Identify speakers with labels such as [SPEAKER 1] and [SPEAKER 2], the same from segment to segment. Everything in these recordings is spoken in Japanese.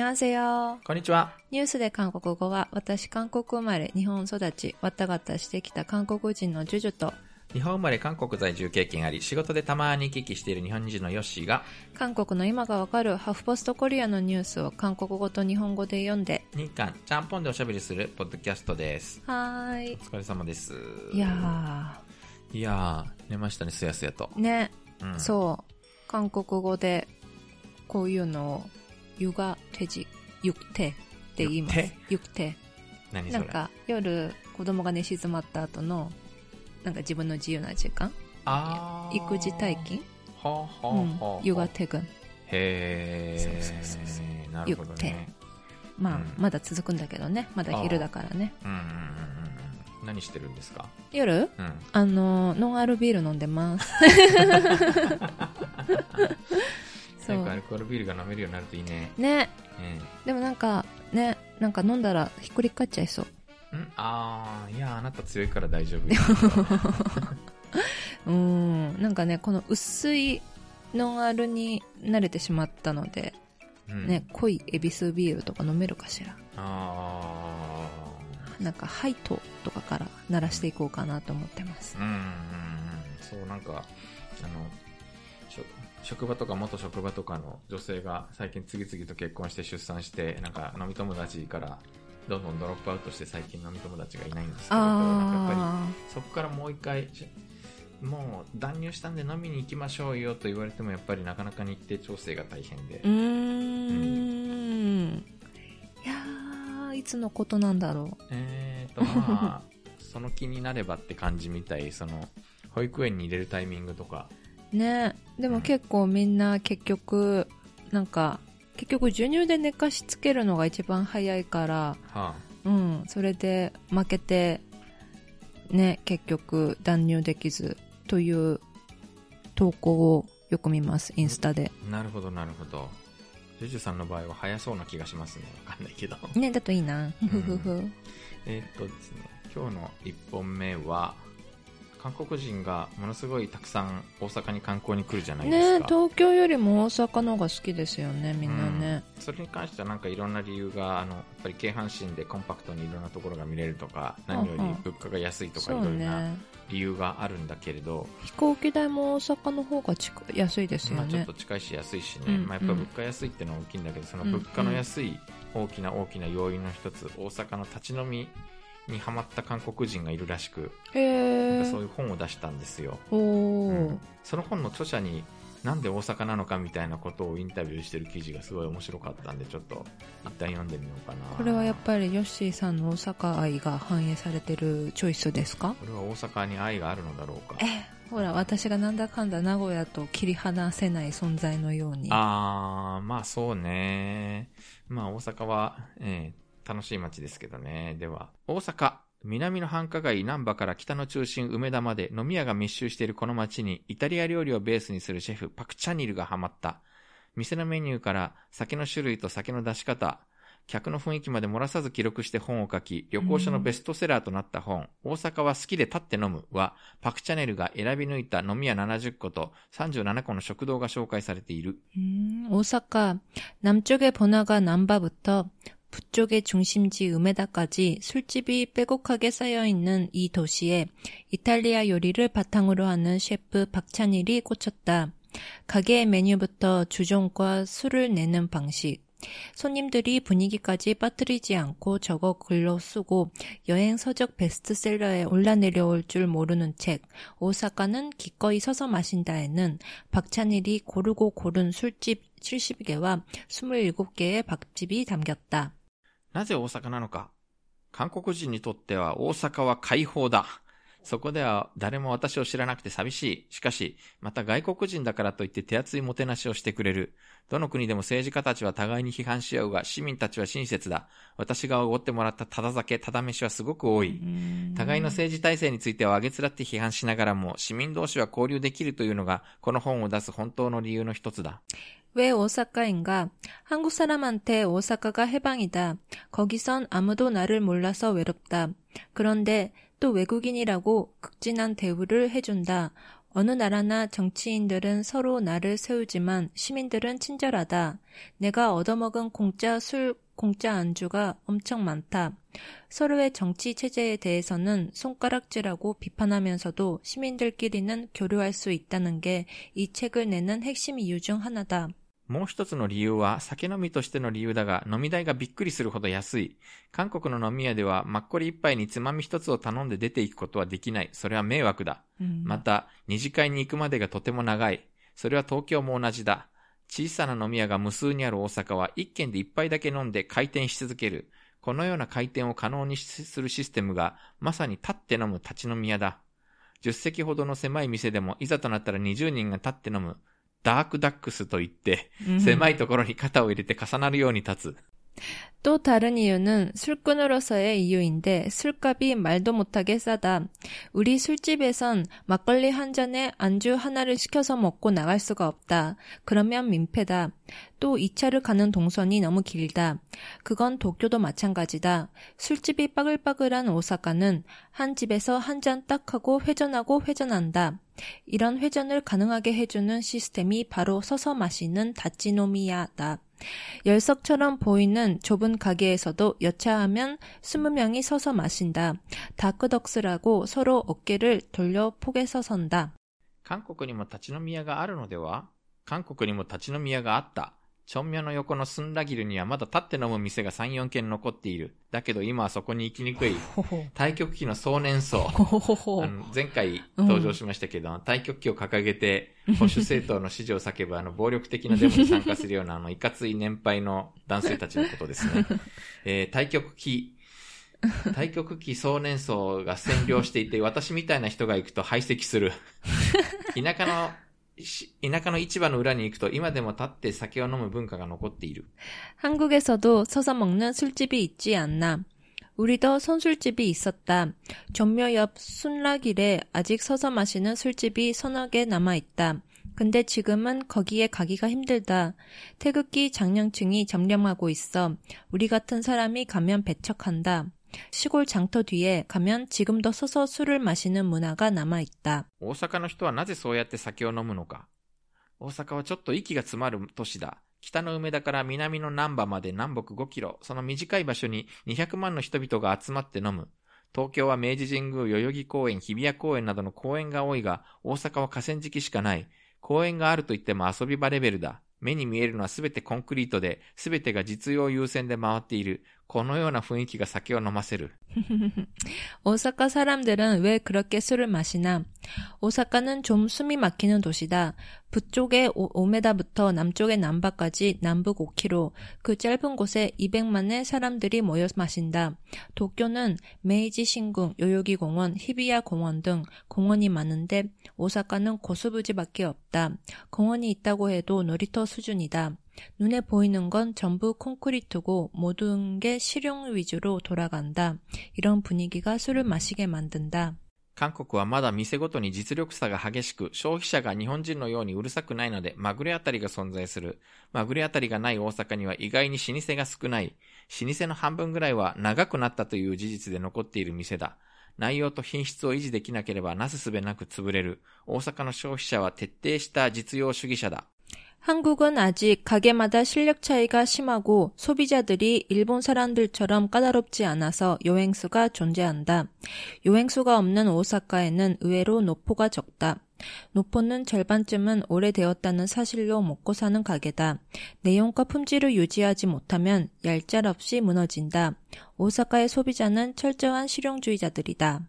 [SPEAKER 1] 안녕하세요.
[SPEAKER 2] こんにちは。
[SPEAKER 1] ニュースで韓国語は、私韓国生まれ、日本育ち、わたわたしてきた韓国人のジュジュと、
[SPEAKER 2] 日本生まれ韓国在住経験あり、仕事でたまに行き来している日本人のヨッシーが、
[SPEAKER 1] 韓国の今がわかるハフポストコリアのニュースを韓国語と日本語で読んで、
[SPEAKER 2] 日韓、ちゃんぽんでおしゃべりするポッドキャストです。
[SPEAKER 1] はーい
[SPEAKER 2] お。疲れ様です。
[SPEAKER 1] いや
[SPEAKER 2] いやー、寝ましたね、すやすやと。
[SPEAKER 1] ー、ね、
[SPEAKER 2] うん
[SPEAKER 1] そう。韓国語で、こういうのを、ゆがてじ、ゆくてって言います。ゆくて。
[SPEAKER 2] 何そ
[SPEAKER 1] な
[SPEAKER 2] れ
[SPEAKER 1] んか、夜、子供が寝静まった後の、なんか自分の自由な時間
[SPEAKER 2] あー
[SPEAKER 1] 育児待機
[SPEAKER 2] は
[SPEAKER 1] う
[SPEAKER 2] あ、は
[SPEAKER 1] ん
[SPEAKER 2] あ、はあ。
[SPEAKER 1] ゆがてぐん。
[SPEAKER 2] へー。
[SPEAKER 1] そうそうそうそ
[SPEAKER 2] なるほどね。
[SPEAKER 1] まあ、
[SPEAKER 2] うん
[SPEAKER 1] まだ続くんだけどね。まだ昼だからね。
[SPEAKER 2] うんうんうんうん。何してるんですか
[SPEAKER 1] 夜
[SPEAKER 2] うん。
[SPEAKER 1] あの、ノンアルビール飲んで ます。そ
[SPEAKER 2] 早くア
[SPEAKER 1] う
[SPEAKER 2] ル。コールビールが飲めるようになるといいね。
[SPEAKER 1] ね、
[SPEAKER 2] うん
[SPEAKER 1] でもなんか、ね、なんか飲んだらひっくり返っちゃいそう。
[SPEAKER 2] んあー、いやー、あなた強いから大丈夫。
[SPEAKER 1] うーん、なんかね、この薄いノンアルに慣れてしまったので、
[SPEAKER 2] う ん
[SPEAKER 1] ね、濃いエビスビールとか飲めるかしら。
[SPEAKER 2] あ
[SPEAKER 1] なんか、ハイトとかから鳴らしていこうかなと思ってます
[SPEAKER 2] ー。うんうんうんそうなんかあのしょ職場とか元職場とかの女性が最近次々と結婚して出産してなんか飲み友達からどんどんドロップアウトして最近飲み友達がいないんですけれどなんかやっぱ
[SPEAKER 1] あ
[SPEAKER 2] りそこからもう一回しもう断乳したんで飲みに行きましょうよと言われてもやっぱりなかなか日程調整が大変で
[SPEAKER 1] ー。うーん。いやー、いつのことなんだろう。
[SPEAKER 2] えーとまあその気になればって感じみたいその保育園に入れるタイミングとか
[SPEAKER 1] ねでも結構みんな結局なんか結局授乳で寝かしつけるのが一番早いから
[SPEAKER 2] は
[SPEAKER 1] うんそれで負けてね結局断乳できずという投稿をよく見ますインスタで
[SPEAKER 2] あ、なるほどなるほどジュジュさんの場合は早そうな気がしますねわかんない けど
[SPEAKER 1] ねだといいなふふふふ
[SPEAKER 2] えーっとですね今日の1本目は韓国人がものすごいたくさん大阪に観光に来るじゃないです
[SPEAKER 1] ね
[SPEAKER 2] か、
[SPEAKER 1] 東京よりも大阪の方が好きですよねみんなね
[SPEAKER 2] それに関してはなんかいろんな理由があのやっぱり京阪神でコンパクトにいろんなところが見れるとか何より物価が安いとかい
[SPEAKER 1] そ
[SPEAKER 2] ろ
[SPEAKER 1] うん
[SPEAKER 2] な
[SPEAKER 1] ね
[SPEAKER 2] 理由があるんだけれど、
[SPEAKER 1] 飛行機代も大阪の方が近い安いですよ
[SPEAKER 2] まあ、ちょっ
[SPEAKER 1] ね
[SPEAKER 2] と近いし安いしね、
[SPEAKER 1] うん
[SPEAKER 2] まあ、やっぱ物価安いってのは大きいんだけどその物価の安い大きな大きな要因の一つ大阪の立ち飲みにハマった韓国人がいるらしく
[SPEAKER 1] へ
[SPEAKER 2] なん
[SPEAKER 1] え
[SPEAKER 2] かそういう本を出したんですよ、
[SPEAKER 1] お
[SPEAKER 2] う
[SPEAKER 1] お
[SPEAKER 2] んその本の著者になんで大阪なのかみたいなことをインタビューしてる記事がすごい面白かったんでちょっと一旦読んでみようかな
[SPEAKER 1] これはやっぱりヨッシーさんの大阪愛が反映されてるチョイスですか
[SPEAKER 2] これは大阪に愛があるのだろうか
[SPEAKER 1] えほら私がなんだかんだ名古屋と切り離せない存在のように
[SPEAKER 2] あー、まあそうね。まあ大阪は、えー楽しい街ですけどね。では、大阪。南の繁華街南波から北の中心梅田まで飲み屋が密集しているこの街にイタリア料理をベースにするシェフパクチャニルがハマった。店のメニューから酒の種類と酒の出し方、客の雰囲気まで漏らさず記録して本を書き、旅行者のベストセラーとなった本、大阪は好きで立って飲むは、パクチャネルが選び抜いた飲み屋70個と37個の食堂が紹介されている。
[SPEAKER 1] 음, 오사카 남쪽의 번화가 남바부터 북쪽의 중심지 우메다까지 술집이 빼곡하게 쌓여있는 이 도시에 이탈리아 요리를 바탕으로 하는 셰프 박찬일이 꽂혔다. 가게의 메뉴부터 주종과 술을 내는 방식, 손님들이 분위기까지 빠뜨리지 않고 적어 글로 쓰고 여행 서적 베스트셀러에 올라내려올 줄 모르는 책, 오사카는 기꺼이 서서 마신다에는 박찬일이 고르고 고른 술집 70개와 27개의 밥집이 담겼다.
[SPEAKER 2] なぜ大阪なのか韓国人にとっては大阪は解放だ。そこでは誰も私を知らなくて寂しい。しかし、また外国人だからといって手厚いもてなしをしてくれる。どの国でも政治家たちは互いに批判し合うが、市民たちは親切だ。私がおごってもらったただ酒、ただ飯はすごく多い。互いの政治体制についてはあげつらって批判しながらも、市民同士は交流できるというのが、この本を出す本当の理由の一つだ。
[SPEAKER 1] 왜 오사카인가? 한국 사람한테 오사카가 해방이다. 거기선 아무도 나를 몰라서 외롭다. 그런데 또 외국인이라고 극진한 대우를 해준다. 어느 나라나 정치인들은 서로 나를 세우지만 시민들은 친절하다. 내가 얻어먹은 공짜 술, 공짜 안주가 엄청 많다. 서로의 정치 체제에 대해서는 손가락질하고 비판하면서도 시민들끼리는 교류할 수 있다는 게 이 책을 내는 핵심 이유 중 하나다.
[SPEAKER 2] もう一つの理由は酒飲みとしての理由だが飲み代がびっくりするほど安い。韓国の飲み屋ではマッコリ一杯につまみ一つを頼んで出ていくことはできない。それは迷惑だ。
[SPEAKER 1] 음.
[SPEAKER 2] また、二次会に行くまでがとても長い。それは東京も同じだ。小さな飲み屋が無数にある大阪は一軒で一杯だけ飲んで回転し続ける。このような回転を可能にしするシステムがまさに立って飲む立ち飲み屋だ。10席ほどの狭い店でもいざとなったら20人が立って飲む。ダークダックスと言って、
[SPEAKER 1] 음.
[SPEAKER 2] 狭いところに肩を入れて重なるように立つ。
[SPEAKER 1] 또 다른 이유는 술꾼으로서의 이유인데 술값이 말도 못하게 싸다. 우리 술집에선 막걸리 한 잔에 안주 하나를 시켜서 먹고 나갈 수가 없다. 그러면 민폐다. 또 2차를 가는 동선이 너무 길다. 그건 도쿄도 마찬가지다. 술집이 빠글빠글한 오사카는 한 집에서 한 잔 딱 하고 회전하고 회전한다. 이런 회전을 가능하게 해주는 시스템이 바로 서서 마시는 다찌노미야다. 열석처럼 보이는 좁은 가게에서도 여차하면 스무 명이 서서 마신다. 다 끄덕스라고 서로 어깨를 돌려 폭에 서선다.
[SPEAKER 2] 韓国にも立ち飲み屋があるのでは韓国にも立ち飲み屋があった。チョンミョの横のスンラギルにはまだ立って飲む店が3、4軒残っている。だけど今はそこに行きにくい。対極期の壮年層。あ
[SPEAKER 1] 호호호호.
[SPEAKER 2] の前回登場しましたけど、対極期を掲げて、保守政党の支持を叫ぶ、あの、暴力的なデモに参加するような、あの、いかつい年配の男性たちのことですね。えー対極期、対極期壮年層が占領していて、私みたいな人が行くと排斥する。田舎の、し田舎の市場の裏に行くと、今でも立って酒を飲む文化が残っている。
[SPEAKER 1] 한국에서도 서서 먹는 술집이 있지 않나. 우리도 선술집이 있었다. 전묘 옆 순락일에 아직 서서 마시는 술집이 서너 개 남아있다. 근데 지금은 거기에 가기가 힘들다. 태극기 장량층이 점령하고 있어. 우리 같은 사람이 가면 배척한다. 시골 장터 뒤에 가면 지금도 서서 술을 마시는 문화가 남아있다.
[SPEAKER 2] 大阪の人はなぜそうやって酒を飲むのか。大阪はちょっと息が詰まる都市だ。北の梅田から南の南波まで南北5キロ、その短い場所に200万の人々が集まって飲む。東京は明治神宮、代々木公園、日比谷公園などの公園が多いが、大阪は河川敷しかない。公園があると言っても遊び場レベルだ。目に見えるのはすべてコンクリートで、すべてが実用優先で回っている。このような雰囲気が酒を飲ませる。
[SPEAKER 1] 오사카 사람들은 왜 그렇게 술을 마시나? 오사카는 좀 숨이 막히는 도시다. 북쪽에 5m부터 남쪽의 남바까지 남북 5km, 그 짧은 곳에 200만의 사람들이 모여 마신다. 도쿄는 메이지 신궁, 요요기 공원, 히비야 공원 등 공원이 많은데 오사카는 고수부지밖에 없다. 공원이 있다고 해도 놀이터 수준이다. 눈에 보이는 건 전부 콘크리트고 모든 게 실용 위주로 돌아간다. 이런 분위기가 술을 마시게 만든다.
[SPEAKER 2] 韓国はまだ店ごとに実力差が激しく、消費者が日本人のようにうるさくないので、まぐれあたりが存在する。まぐれあたりがない大阪には意外に老舗が少ない。老舗の半分ぐらいは長くなったという事実で残っている店だ。内容と品質を維持できなければなすすべなく潰れる。大阪の消費者は徹底した実用主義者だ。
[SPEAKER 1] 한국은 아직 가게마다 실력 차이가 심하고 소비자들이 일본 사람들처럼 까다롭지 않아서 요행수가 존재한다. 요행수가 없는 오사카에는 의외로 노포가 적다. 노포는 절반쯤은 오래되었다는 사실로 먹고 사는 가게다. 내용과 품질을 유지하지 못하면 얄짤없이 무너진다. 오사카의 소비자는 철저한 실용주의자들이다.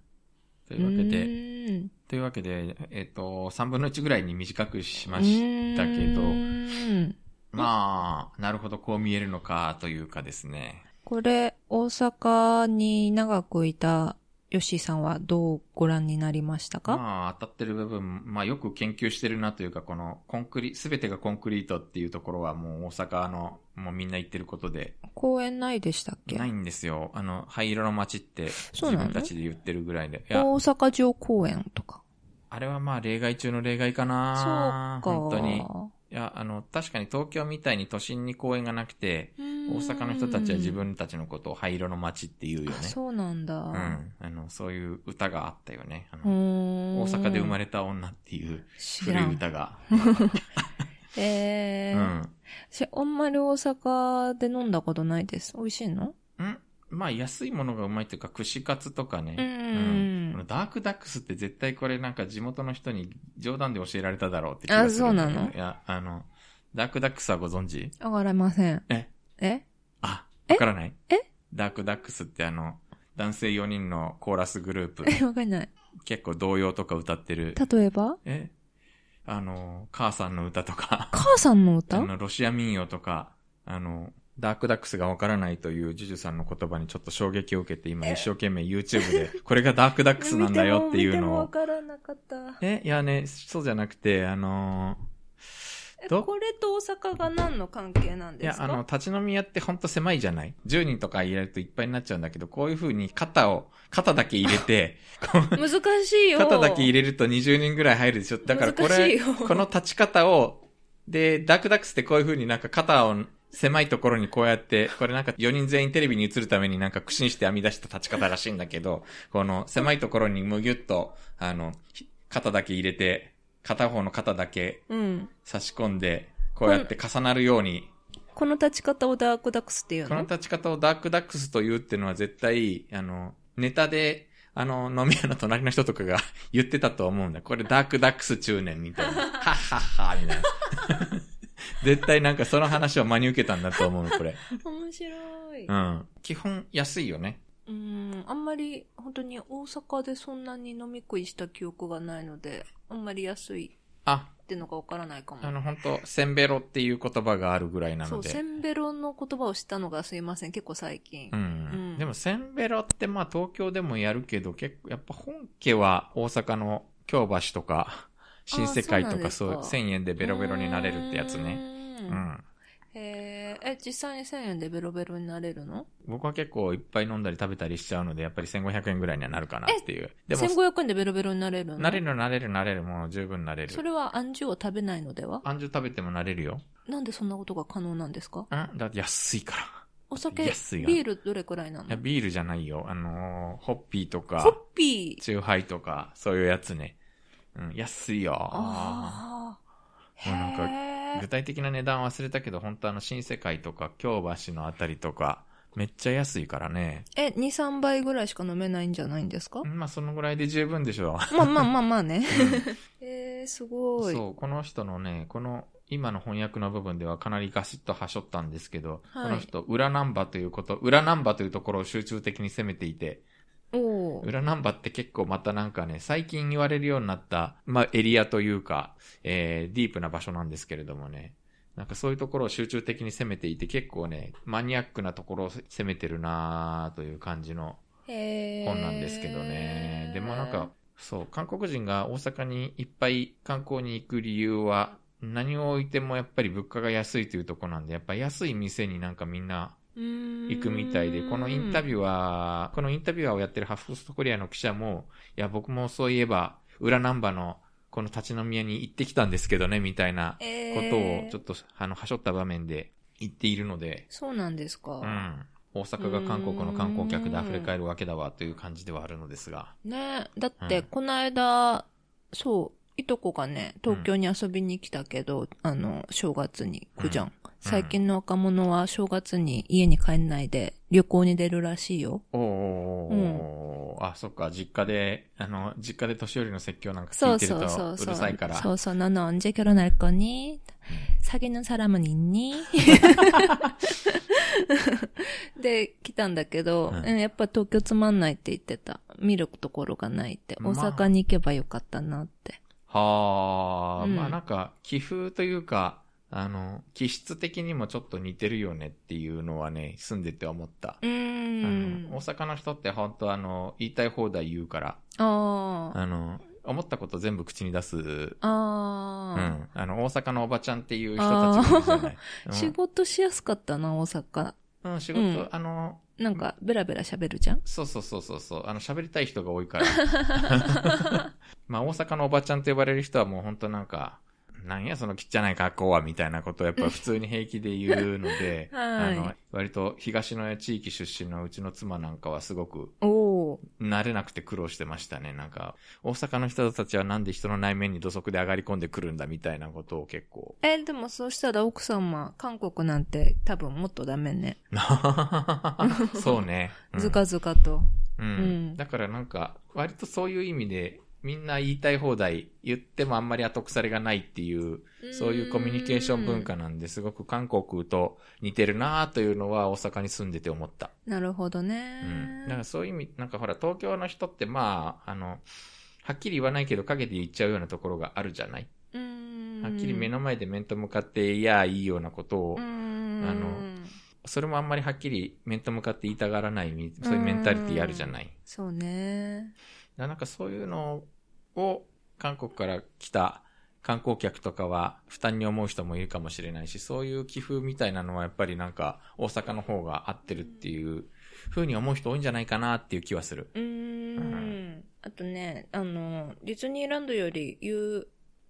[SPEAKER 2] というわけで、
[SPEAKER 1] 음.
[SPEAKER 2] というわけで、えっ、と、3分の1ぐらいに短くしましたけど、
[SPEAKER 1] 음.
[SPEAKER 2] まあ、なるほど、こう見えるのかというかですね。
[SPEAKER 1] これ、大阪に長くいた吉井さんはどうご覧になりましたか、
[SPEAKER 2] まあ、当たってる部分、まあ、よく研究してるなというか、この、コンクリ、すべてがコンクリートっていうところは、もう大阪の、もうみんな言ってることで、
[SPEAKER 1] 公園ないでしたっけ
[SPEAKER 2] ないんですよ。あの、灰色の街って、
[SPEAKER 1] そ
[SPEAKER 2] 自
[SPEAKER 1] うなの
[SPEAKER 2] 分たちで言ってるぐらいで。いや、
[SPEAKER 1] 大阪城公園とか。
[SPEAKER 2] あれはまあ、例外中の例外かな
[SPEAKER 1] そうか。
[SPEAKER 2] 本当に。いや、あの、確かに東京みたいに都心に公園がなくて、
[SPEAKER 1] うん
[SPEAKER 2] 大阪の人たちは自分たちのことを灰色の街っていうよね
[SPEAKER 1] あ。そうなんだ。
[SPEAKER 2] う。
[SPEAKER 1] うん
[SPEAKER 2] あの、そういう歌があったよね。あ
[SPEAKER 1] ー
[SPEAKER 2] の
[SPEAKER 1] ん
[SPEAKER 2] 大阪で生まれた女っていう
[SPEAKER 1] 知
[SPEAKER 2] 古
[SPEAKER 1] ら
[SPEAKER 2] い
[SPEAKER 1] ん。
[SPEAKER 2] 歌が。う
[SPEAKER 1] えー
[SPEAKER 2] ん。
[SPEAKER 1] 私あんまり大阪で飲んだことないです。美味しいの
[SPEAKER 2] うんまあ、安いものがうまいというか、串カツとかね。
[SPEAKER 1] うん
[SPEAKER 2] このダークダックスって絶対これなんか地元の人に冗談で教えられただろうって気がするんだけど。
[SPEAKER 1] あそうなの
[SPEAKER 2] いや、あの、ダークダックスはご存知
[SPEAKER 1] 上がれません。
[SPEAKER 2] え
[SPEAKER 1] え
[SPEAKER 2] あ、
[SPEAKER 1] え
[SPEAKER 2] わからない
[SPEAKER 1] え
[SPEAKER 2] ダークダックスってあの、男性4人のコーラスグループ、
[SPEAKER 1] えわかんない。
[SPEAKER 2] 結構童謡とか歌ってる。
[SPEAKER 1] 例えば
[SPEAKER 2] えあの、母さんの歌とか。
[SPEAKER 1] 母さんの
[SPEAKER 2] あ
[SPEAKER 1] 歌
[SPEAKER 2] の、ロシア民謡とか、あの、ダークダックスがわからないというジュジュさんの言葉にちょっと衝撃を受けて、今一生懸命 YouTube で、これがダークダックスなんだよっていう
[SPEAKER 1] 見ても
[SPEAKER 2] のを。
[SPEAKER 1] 見てもわからなかった。
[SPEAKER 2] え、いやね、そうじゃなくて、あの
[SPEAKER 1] え、
[SPEAKER 2] ど
[SPEAKER 1] これと大阪が何の関係なん
[SPEAKER 2] い
[SPEAKER 1] で
[SPEAKER 2] や
[SPEAKER 1] す、か
[SPEAKER 2] あの、立ち飲み屋ってほんと狭いじゃない ?10 人とか入れるといっぱいになっちゃうんだけど、こういう風に肩を、肩だけ入 れて、こう
[SPEAKER 1] 難しいよ。
[SPEAKER 2] 肩だけ入れると20人ぐらい入るでしょだからこ
[SPEAKER 1] 難しい
[SPEAKER 2] れ、
[SPEAKER 1] よ
[SPEAKER 2] この立ち方を、で、ダークダックスってこういう風になんか肩を狭いところにこうやって、これなんか4人全員テレビに映るためになんか苦心して編み出した立ち方らしいんだけど、この狭いところにむぎゅっと、あの、ひ肩だけ入れて、片方の肩だけ
[SPEAKER 1] うん。
[SPEAKER 2] 差し込んで、こうやって重なるように、
[SPEAKER 1] この立ち方をダークダックスっていう
[SPEAKER 2] こ
[SPEAKER 1] の
[SPEAKER 2] の立ち方をダークダックスというっていうのは絶対、あの、ネタで、あの、飲み屋の隣の人とかが 言ってたと思うんだよ。これダークダックス中年みた いな。はっはっは、みたいな。 絶対なんかその話を真に受けたんだと思う、これ。
[SPEAKER 1] 面白い。
[SPEAKER 2] うん。基本安いよね。
[SPEAKER 1] うん、あんまり本当に大阪でそんなに飲み食いした記憶がないので、あんまり安い
[SPEAKER 2] あ、
[SPEAKER 1] ってのがわからないかも。
[SPEAKER 2] あの、本当センベロっていう言葉があるぐらいな
[SPEAKER 1] そ
[SPEAKER 2] の
[SPEAKER 1] う、
[SPEAKER 2] で。
[SPEAKER 1] センベロの言葉を知ったのがすいません、結構最近。
[SPEAKER 2] う
[SPEAKER 1] うん
[SPEAKER 2] ん、でもセンベロってまあ東京でもやるけど結構やっぱ本家は大阪の京橋とか新世界と
[SPEAKER 1] そ
[SPEAKER 2] かそうう
[SPEAKER 1] なんですか
[SPEAKER 2] 1000円でベロベロになれるってやつね。
[SPEAKER 1] う。
[SPEAKER 2] うんん。
[SPEAKER 1] へーえ、実際に1000円でベロベロになれるの
[SPEAKER 2] 僕は結構いっぱい飲んだり食べたりしちゃうのでやっぱり1500円ぐらいにはなるかなっていう。でも、
[SPEAKER 1] ?1500 円でベロベロになれるの
[SPEAKER 2] なれるなれるなれるもう十分なれる
[SPEAKER 1] そ。れは安住を食べないのでは
[SPEAKER 2] 安住食べてもなれるよ。
[SPEAKER 1] なんでそんなことが可能なんですか
[SPEAKER 2] うんだって安いから。
[SPEAKER 1] お酒、ビ
[SPEAKER 2] 安いわ
[SPEAKER 1] ールどれくらいない
[SPEAKER 2] や、
[SPEAKER 1] の
[SPEAKER 2] ビールじゃないよ。あのーホッピーと
[SPEAKER 1] ホッ
[SPEAKER 2] か、
[SPEAKER 1] ピー
[SPEAKER 2] チューハイとか、そういうやつね。うん、安いよ。
[SPEAKER 1] ああ。
[SPEAKER 2] もうなんか
[SPEAKER 1] へ
[SPEAKER 2] 具
[SPEAKER 1] ー
[SPEAKER 2] 体的な値段忘れたけど、本当あの、新世界とか、京橋のあたりとか、めっちゃ安いからね。
[SPEAKER 1] え、2、3倍ぐらいしか飲めないんじゃないんですか
[SPEAKER 2] うんまあ、そのぐらいで十分でしょ
[SPEAKER 1] まあまあまあまあね。
[SPEAKER 2] う。
[SPEAKER 1] えー、すごい。
[SPEAKER 2] そう、この人のね、この、今の翻訳の部分ではかなりガシッとはしょったんですけど、
[SPEAKER 1] はい
[SPEAKER 2] この人、裏ナンバということ、裏ナンバというところを集中的に攻めていて、
[SPEAKER 1] おー
[SPEAKER 2] 裏ナンバって結構またなんかね、最近言われるようになった、まあ、エリアというか、えー、ディープな場所なんですけれどもね。なんかそういうところを集中的に攻めていて、結構ね、マニアックなところを攻めてるなーという感じの
[SPEAKER 1] へー
[SPEAKER 2] 本なんですけどね。でもなんか、、そう、韓国人が大阪にいっぱい観光に行く理由は、何を置いてもやっぱり物価が安いというところなんで、やっぱ安い店になんかみんな
[SPEAKER 1] 行
[SPEAKER 2] 行くみたいで、このインタビュ
[SPEAKER 1] ー
[SPEAKER 2] ーは、このインタビュアーをやってるハフストコリアの記者も、いや、僕もそういえば、裏ナンバの、この立ち飲み屋に行ってきたんですけどね、みたいな
[SPEAKER 1] こ
[SPEAKER 2] ことを、ちょっと、あの、はしょった場面で言っているので、
[SPEAKER 1] そうなんですか。
[SPEAKER 2] うん。大阪が韓国の観光客で溢れ返るわけだわ、という感じではあるのですが。
[SPEAKER 1] ねだって、
[SPEAKER 2] うん
[SPEAKER 1] この間、そう、いとこがね、東京に遊びに来たけど、あの、正月に行くじゃん。最近の若者は正月に家に帰んないで旅行に出るらしいよ。
[SPEAKER 2] おーおーおーあ、そっか、実家で、あの、実家で年寄りの説教なんか
[SPEAKER 1] そ
[SPEAKER 2] 聞いうてる
[SPEAKER 1] そうそう
[SPEAKER 2] と、
[SPEAKER 1] そう
[SPEAKER 2] うるさいから。
[SPEAKER 1] そうそう、너는언제결혼할거니 사귀는 사람은 있니? で、来たんだけど、
[SPEAKER 2] うん
[SPEAKER 1] うんやっぱ東京つまんないって言ってた。見るところがないって。
[SPEAKER 2] ま
[SPEAKER 1] 大
[SPEAKER 2] あ
[SPEAKER 1] 阪に行けばよかったなって。
[SPEAKER 2] はあ、
[SPEAKER 1] うん
[SPEAKER 2] まあなんか、気風というか、あの、気質的にもちょっと似てるよねっていうのはね、住んでて思った。
[SPEAKER 1] う
[SPEAKER 2] あ
[SPEAKER 1] ー
[SPEAKER 2] の
[SPEAKER 1] ん
[SPEAKER 2] 大。阪の人って本当あの、言いたい放題言うから、
[SPEAKER 1] ああ。
[SPEAKER 2] あの、思ったこと全部口に出す。うん。
[SPEAKER 1] ああ、
[SPEAKER 2] あの、大阪のおばちゃんっていう人たちがいるじゃない。
[SPEAKER 1] 仕事しや すかったな、大阪。
[SPEAKER 2] うん、うん、仕事、
[SPEAKER 1] うん
[SPEAKER 2] あの、
[SPEAKER 1] なんか、ベラベラ喋るじゃん。、
[SPEAKER 2] そうそうそうそうそう。あの、喋りたい人が多いから。まあ、大阪のおばちゃんと呼ばれる人はもう本当なんか、なんやその汚い格好は、みたいなことをやっぱ普通に平気で言うの で
[SPEAKER 1] はい
[SPEAKER 2] あの、割と東の地域出身のうちの妻なんかはすごく
[SPEAKER 1] おー
[SPEAKER 2] 慣れなくて苦労してましたね。なんか、大阪の人たちはなんで人の内面に土足で上がり込んでくるんだみたいなことを結 構。
[SPEAKER 1] えでもそうしたら奥様韓国なんて多分もっとダメね、
[SPEAKER 2] そうね。うん
[SPEAKER 1] ずかずかと
[SPEAKER 2] うん
[SPEAKER 1] うん
[SPEAKER 2] だからなんか、割とそういう意味で、みんな言いたい放題言ってもあんまり後腐れがないっていう、そういうコミュニケーション文化なんで、すごく韓国と似てるなというのは大阪に住んでて思った。
[SPEAKER 1] なるほどね、
[SPEAKER 2] うん。だからそういう意味、なんかほら、東京の人ってまあ、あの、はっきり言わないけど陰で言っちゃうようなところがあるじゃないはっきり目の前で面と向かって、いやあ、いいようなことを、あの
[SPEAKER 1] の
[SPEAKER 2] それもあんまりはっきり面と向かって言いたがらないみ、そういうメンタリティあるじゃない。だか
[SPEAKER 1] そうね
[SPEAKER 2] らなんかそういうのを、韓国から来た観光客とかは負担に思う人もいるかもしれないし、そういう寄付みたいなのはやっぱりなんか大阪の方が合ってるっていう風に思う人多いんじゃないかなっていう気はする。
[SPEAKER 1] うー
[SPEAKER 2] うん
[SPEAKER 1] あとねあのディズニーランドより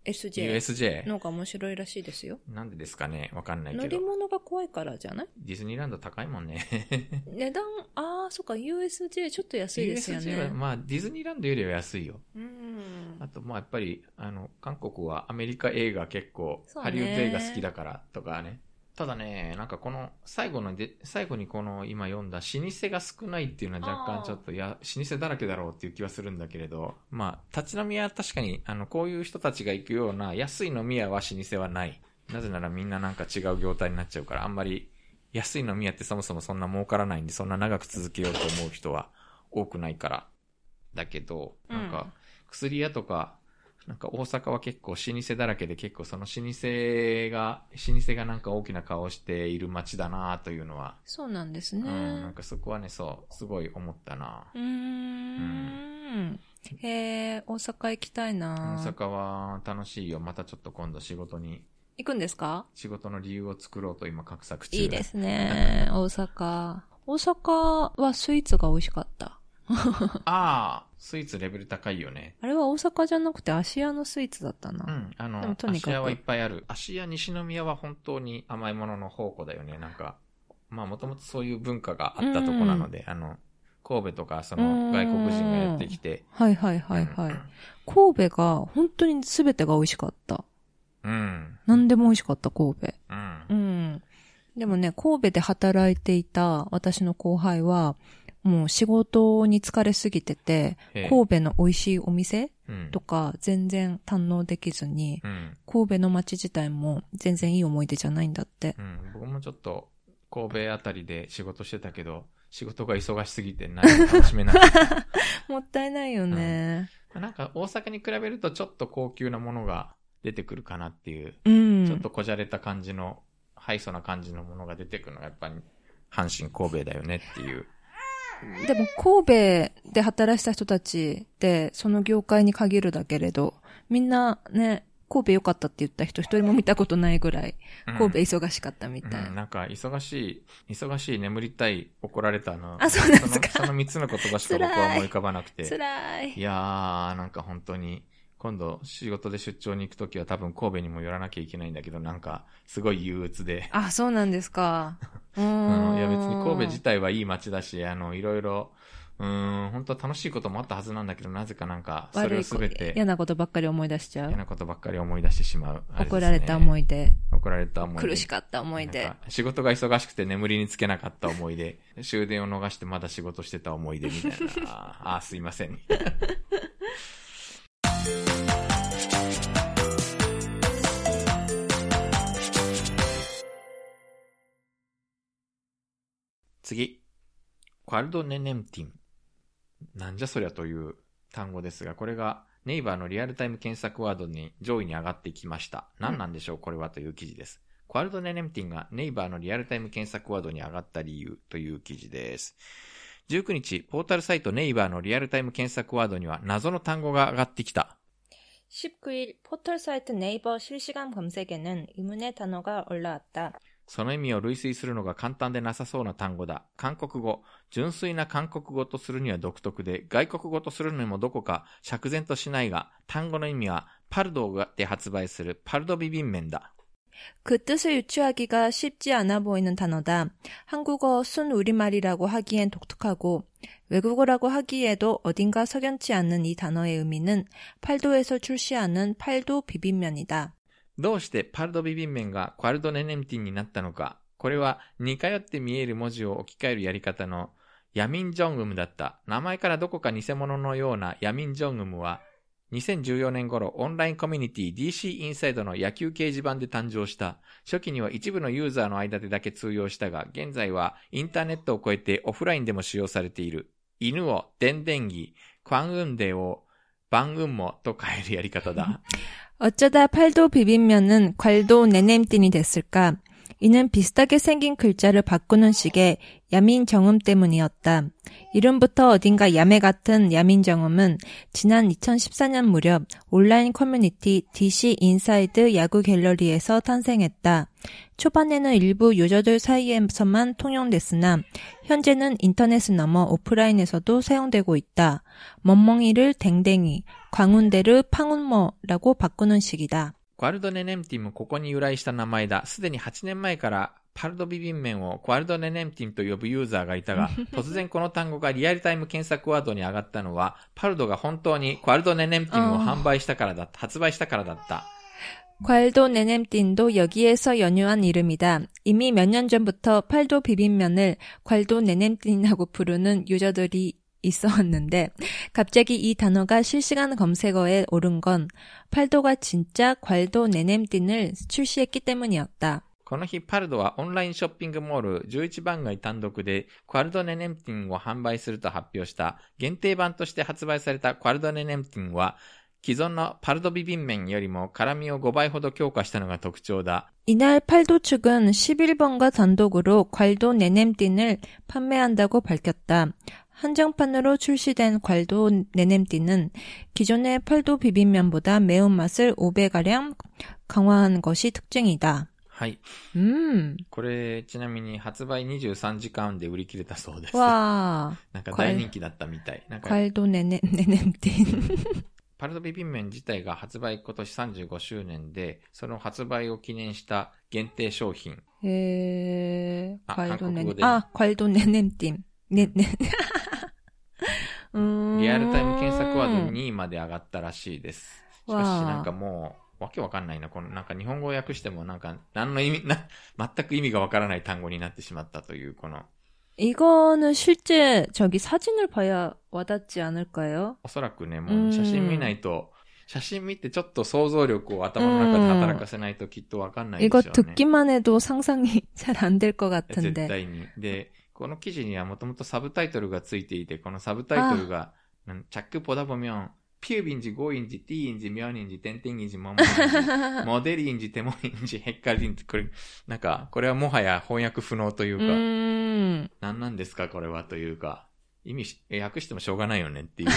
[SPEAKER 1] USJ
[SPEAKER 2] USJ?
[SPEAKER 1] の方が面白いらしいですよ
[SPEAKER 2] なんでですかねわかんない
[SPEAKER 1] 乗
[SPEAKER 2] け
[SPEAKER 1] り
[SPEAKER 2] ど。
[SPEAKER 1] 物が怖いからじゃない
[SPEAKER 2] ディズニーランド高いもんね。
[SPEAKER 1] 値段ああそっか USJ ちょっと安いです よ
[SPEAKER 2] USJ は
[SPEAKER 1] ね
[SPEAKER 2] まあディズニーランドよりは安いよ。
[SPEAKER 1] うん
[SPEAKER 2] あと、まあ、やっぱり、あの、韓国はアメリカ映画結構、
[SPEAKER 1] そうね
[SPEAKER 2] ハリウッド映画好きだからとかね。ただね、なんかこの、最後ので、最後にこの今読んだ、老舗が少ないっていうのは若
[SPEAKER 1] あ
[SPEAKER 2] 干
[SPEAKER 1] ー
[SPEAKER 2] ちょっと、いや、老舗だらけだろうっていう気はするんだけれど、まあ、立ち飲み屋は確かに、あの、こういう人たちが行くような安い飲み屋は老舗はない。なぜならみんななんか違う業態になっちゃうから、あんまり安い飲み屋ってそもそもそんな儲からないんで、そんな長く続けようと思う人は多くないから。だけど、なんか、
[SPEAKER 1] うん
[SPEAKER 2] 薬屋とか、なんか大阪は結構老舗だらけで結構その老舗が、老舗がなんか大きな顔をしている街だなというのは、
[SPEAKER 1] そうなんです
[SPEAKER 2] うん、
[SPEAKER 1] ね
[SPEAKER 2] なんかそこはね、そう、すごい思ったな
[SPEAKER 1] うーんへえ大阪行きたい
[SPEAKER 2] 大
[SPEAKER 1] な
[SPEAKER 2] 阪は楽しいよ。またちょっと今度仕事に、
[SPEAKER 1] 行くんですか
[SPEAKER 2] 仕事の理由を作ろうと今画策中。
[SPEAKER 1] いいで。すね。大阪。大阪はスイーツが美味しかった。
[SPEAKER 2] ああ、スイーツレベル高いよね。
[SPEAKER 1] あれは大阪じゃなくて芦屋のスイーツだった
[SPEAKER 2] う
[SPEAKER 1] な。
[SPEAKER 2] ん、あ
[SPEAKER 1] で
[SPEAKER 2] の
[SPEAKER 1] も、とにかく
[SPEAKER 2] 芦屋はいっぱいある。芦屋西宮は本当に甘いものの宝庫だよね。なんか、まあもともとそういう文化があったとこなので、あの、神戸とかその外国人がやってきて、
[SPEAKER 1] はいはいはいは
[SPEAKER 2] う
[SPEAKER 1] い
[SPEAKER 2] ん。
[SPEAKER 1] 神戸が本当に全てが美味しかった。
[SPEAKER 2] うん、
[SPEAKER 1] 何でも美味しかった神戸。
[SPEAKER 2] うん
[SPEAKER 1] う。ん。でもね、神戸で働いていた私の後輩は、もう仕事に疲れすぎてて、
[SPEAKER 2] へえ
[SPEAKER 1] 神戸の美味しいお店
[SPEAKER 2] うん
[SPEAKER 1] とか全然堪能できずに、
[SPEAKER 2] うん、
[SPEAKER 1] 神戸の街自体も全然いい思い出じゃないんだ って。
[SPEAKER 2] うん。僕もちょっと、神戸あたりで仕事してたけど、仕事が忙しすぎて何も楽 しめない。
[SPEAKER 1] もったいないよね。
[SPEAKER 2] なんか大阪に比べるとちょっと高級なものが出てくるかなっていう
[SPEAKER 1] うん。
[SPEAKER 2] ちょっとこじゃれた感じの、ハイソな感じのものが出てくるのがやっぱり、阪神神戸だよねっていう。
[SPEAKER 1] でも神戸で働いてた人たちって、その業界に限るだけれど、みんなね、神戸良かったって言った人一人も見たことないぐらい、
[SPEAKER 2] うん
[SPEAKER 1] 神戸忙しかったみたい。
[SPEAKER 2] うん、なんか、忙しい、忙しい、眠りたい、怒られたの。
[SPEAKER 1] あそうなんですか
[SPEAKER 2] そのその三つの言葉しか僕は思い浮かばなくて。
[SPEAKER 1] 辛い。
[SPEAKER 2] いやー、なんか本当に、今度仕事で出張に行くときは多分神戸にも寄らなきゃいけないんだけど、なんか、すごい憂鬱で。
[SPEAKER 1] あ、そうなんです か。う
[SPEAKER 2] うん、
[SPEAKER 1] ん。
[SPEAKER 2] いや別に神戸自体はいい街だし、あの、いろいろ、うーん、本当は楽しいこともあったはずなんだけど、なぜかなんか、それ
[SPEAKER 1] 悪
[SPEAKER 2] を
[SPEAKER 1] い
[SPEAKER 2] す
[SPEAKER 1] こ
[SPEAKER 2] べて、
[SPEAKER 1] 嫌なことばっかり思い出しちゃ
[SPEAKER 2] 嫌
[SPEAKER 1] う。
[SPEAKER 2] なことばっかり思い出してしまう。
[SPEAKER 1] 怒られた思
[SPEAKER 2] い。
[SPEAKER 1] い出、
[SPEAKER 2] 怒られた思い出。
[SPEAKER 1] 苦しかった思い出
[SPEAKER 2] なん。か仕事が忙しくて眠りにつけなかった思い出。 終電を逃してまだ仕事してた思い出みたいな。あーあー、 すいません。次。クァルドネネムティン。なんじゃそりゃという単語ですが、これがネイバーのリアルタイム検索ワードに上位に上がってきました。何なんでしょうこれはという記事です。クワルドネネムティンがネイバーのリアルタイム検索ワードに上がった理由という記事です。19日、ポータルサイトネイバーのリアルタイム検索ワードには謎の単語が上がってきた。
[SPEAKER 3] 19일 포털 사이트 네이버 실시간 검색에는 의문의 단어가 올라왔다.
[SPEAKER 2] その意味を類推するのが簡単でなさそうな単語だ。韓国語。純粋な韓国語とするには独特で、外国語とするのにもどこか釈然としないが、単語の意味はパルドで発売するパルドビビン麺だ。
[SPEAKER 1] 그 뜻을 유추하기가 쉽지 않아 보이는 단어다. 한국어 순 우리말이라고 하기엔 독특하고 외국어라고 하기에도 어딘가 석연치 않는 이 단어의 의미는 팔도에서 출시하는 팔도 비빔면이다.
[SPEAKER 2] どうしてパルドビビン麺がクワルドネネムティンになったのか。これは似通って見える文字を置き換えるやり方のヤミンジョンウムだった。名前からどこか偽物のようなヤミンジョンウムは2014年頃オンラインコミュニティ DC インサイドの野球掲示板で誕生した。初期には一部のユーザーの間でだけ通用したが、現在はインターネットを超えてオフラインでも使用されている。犬をデンデンギ、クワンウンデをバンウンモと変えるやり方だ。
[SPEAKER 1] 어쩌다 팔도 비빔면은 괄도 내냄띵이 됐을까? 이는 비슷하게 생긴 글자를 바꾸는 식의 야민정음 때문이었다. 이름부터 어딘가 야매 같은 야민정음은 지난 2014년 무렵 온라인 커뮤니티 DC 인사이드 야구 갤러리에서 탄생했다. 초반에는 일부 유저들 사이에서만 통용됐으나 현재는 인터넷을 넘어 오프라인에서도 사용되고 있다. 멍멍이를 댕댕이, 광운대를 팡운머라고 바꾸는 식이다.
[SPEAKER 2] クワルドネネムティもここに由来した名前だ。すでに8年前からパルドビビン麺をクワルドネネムティンと呼ぶユーザーがいたが、突然この単語がリアルタイム検索ワードに上がったのは、パルドが本当にクワルドネネムティンを販売したからだった、発売したからだった。
[SPEAKER 1] 괄도 네넴띵도 여기에서 연유한 이름이다. 이미 몇 년 전부터 팔도 비빔면을 괄도 네넴띵이라고 부르는 유저들이 있었는데 갑자기 이 단어가 실시간 검색어에 오른 건 팔도가 진짜 괄도 네넴띵을 출시했기 때문이었다.
[SPEAKER 2] この日、パルドはオンラインショッピングモール11番街単独で、クワルドネネムティンを販売すると発表した、限定版として発売されたクワルドネネムティンは、既存のパルドビビン麺よりも辛みを5倍ほど強化したのが特徴だ。
[SPEAKER 1] 이날 팔도 측은 11번과 단독으로 괄도 네넴띵을 판매한다고 밝혔다. 한정판으로 출시된 괄도 네넴띵은 기존의 팔도 비빔면보다 매운맛을 5배가량 강화한 것이 특징이다.
[SPEAKER 2] はい。
[SPEAKER 1] 음,
[SPEAKER 2] これ、ちなみに発売23時間で売り切れたそうです。な
[SPEAKER 1] 와,
[SPEAKER 2] んか大人気だったみたい。なんか、
[SPEAKER 1] 괄도 네네, 네넴띵.
[SPEAKER 2] パルドビビン麺自体が発売今年35周年で、その発売を記念した限定商品。
[SPEAKER 1] 에,
[SPEAKER 2] 아,
[SPEAKER 1] 예, 괄도
[SPEAKER 2] 한국어네.
[SPEAKER 1] 네넴, 아, 괄도 네넴띵. 네, 네. 음.
[SPEAKER 2] リアルタイム検索ワード2位まで上がったらしいです。しかし
[SPEAKER 1] わあ
[SPEAKER 2] なんかもう、わけわかんないな。このなんか日本語を訳してもなんか、何の意味、 な、全く意味がわからない単語になってしまったという、この、
[SPEAKER 1] 이거는 실제 저기 사진을 봐야 와닿지 않을까요?
[SPEAKER 2] おそらくね、
[SPEAKER 1] う
[SPEAKER 2] もうん写真見ないと、写真見てちょっと想像力を頭の中で働かせないときっとわかんないでしょ
[SPEAKER 1] 이거
[SPEAKER 2] うね。
[SPEAKER 1] 듣기만 해도 네. 상상이 잘 안 될 것
[SPEAKER 2] 絶
[SPEAKER 1] 같은데.
[SPEAKER 2] 対に。で、この記事にはもともとサブタイトルがついていて、このサブタイトルが、なんチャックポダボミョン、ピュービンジ、ゴーインジ、ティーインジ、ミョンインジ、テンテンインジ、モンモンイン
[SPEAKER 1] 뭐
[SPEAKER 2] ジ、モデリンジ、テモインジ、ヘッカリンジ、これ、なんか、これはもはや翻訳不能というか、
[SPEAKER 1] 음,
[SPEAKER 2] 何なんですかこれはというか、意味し、訳してもしょうがないよねっていう。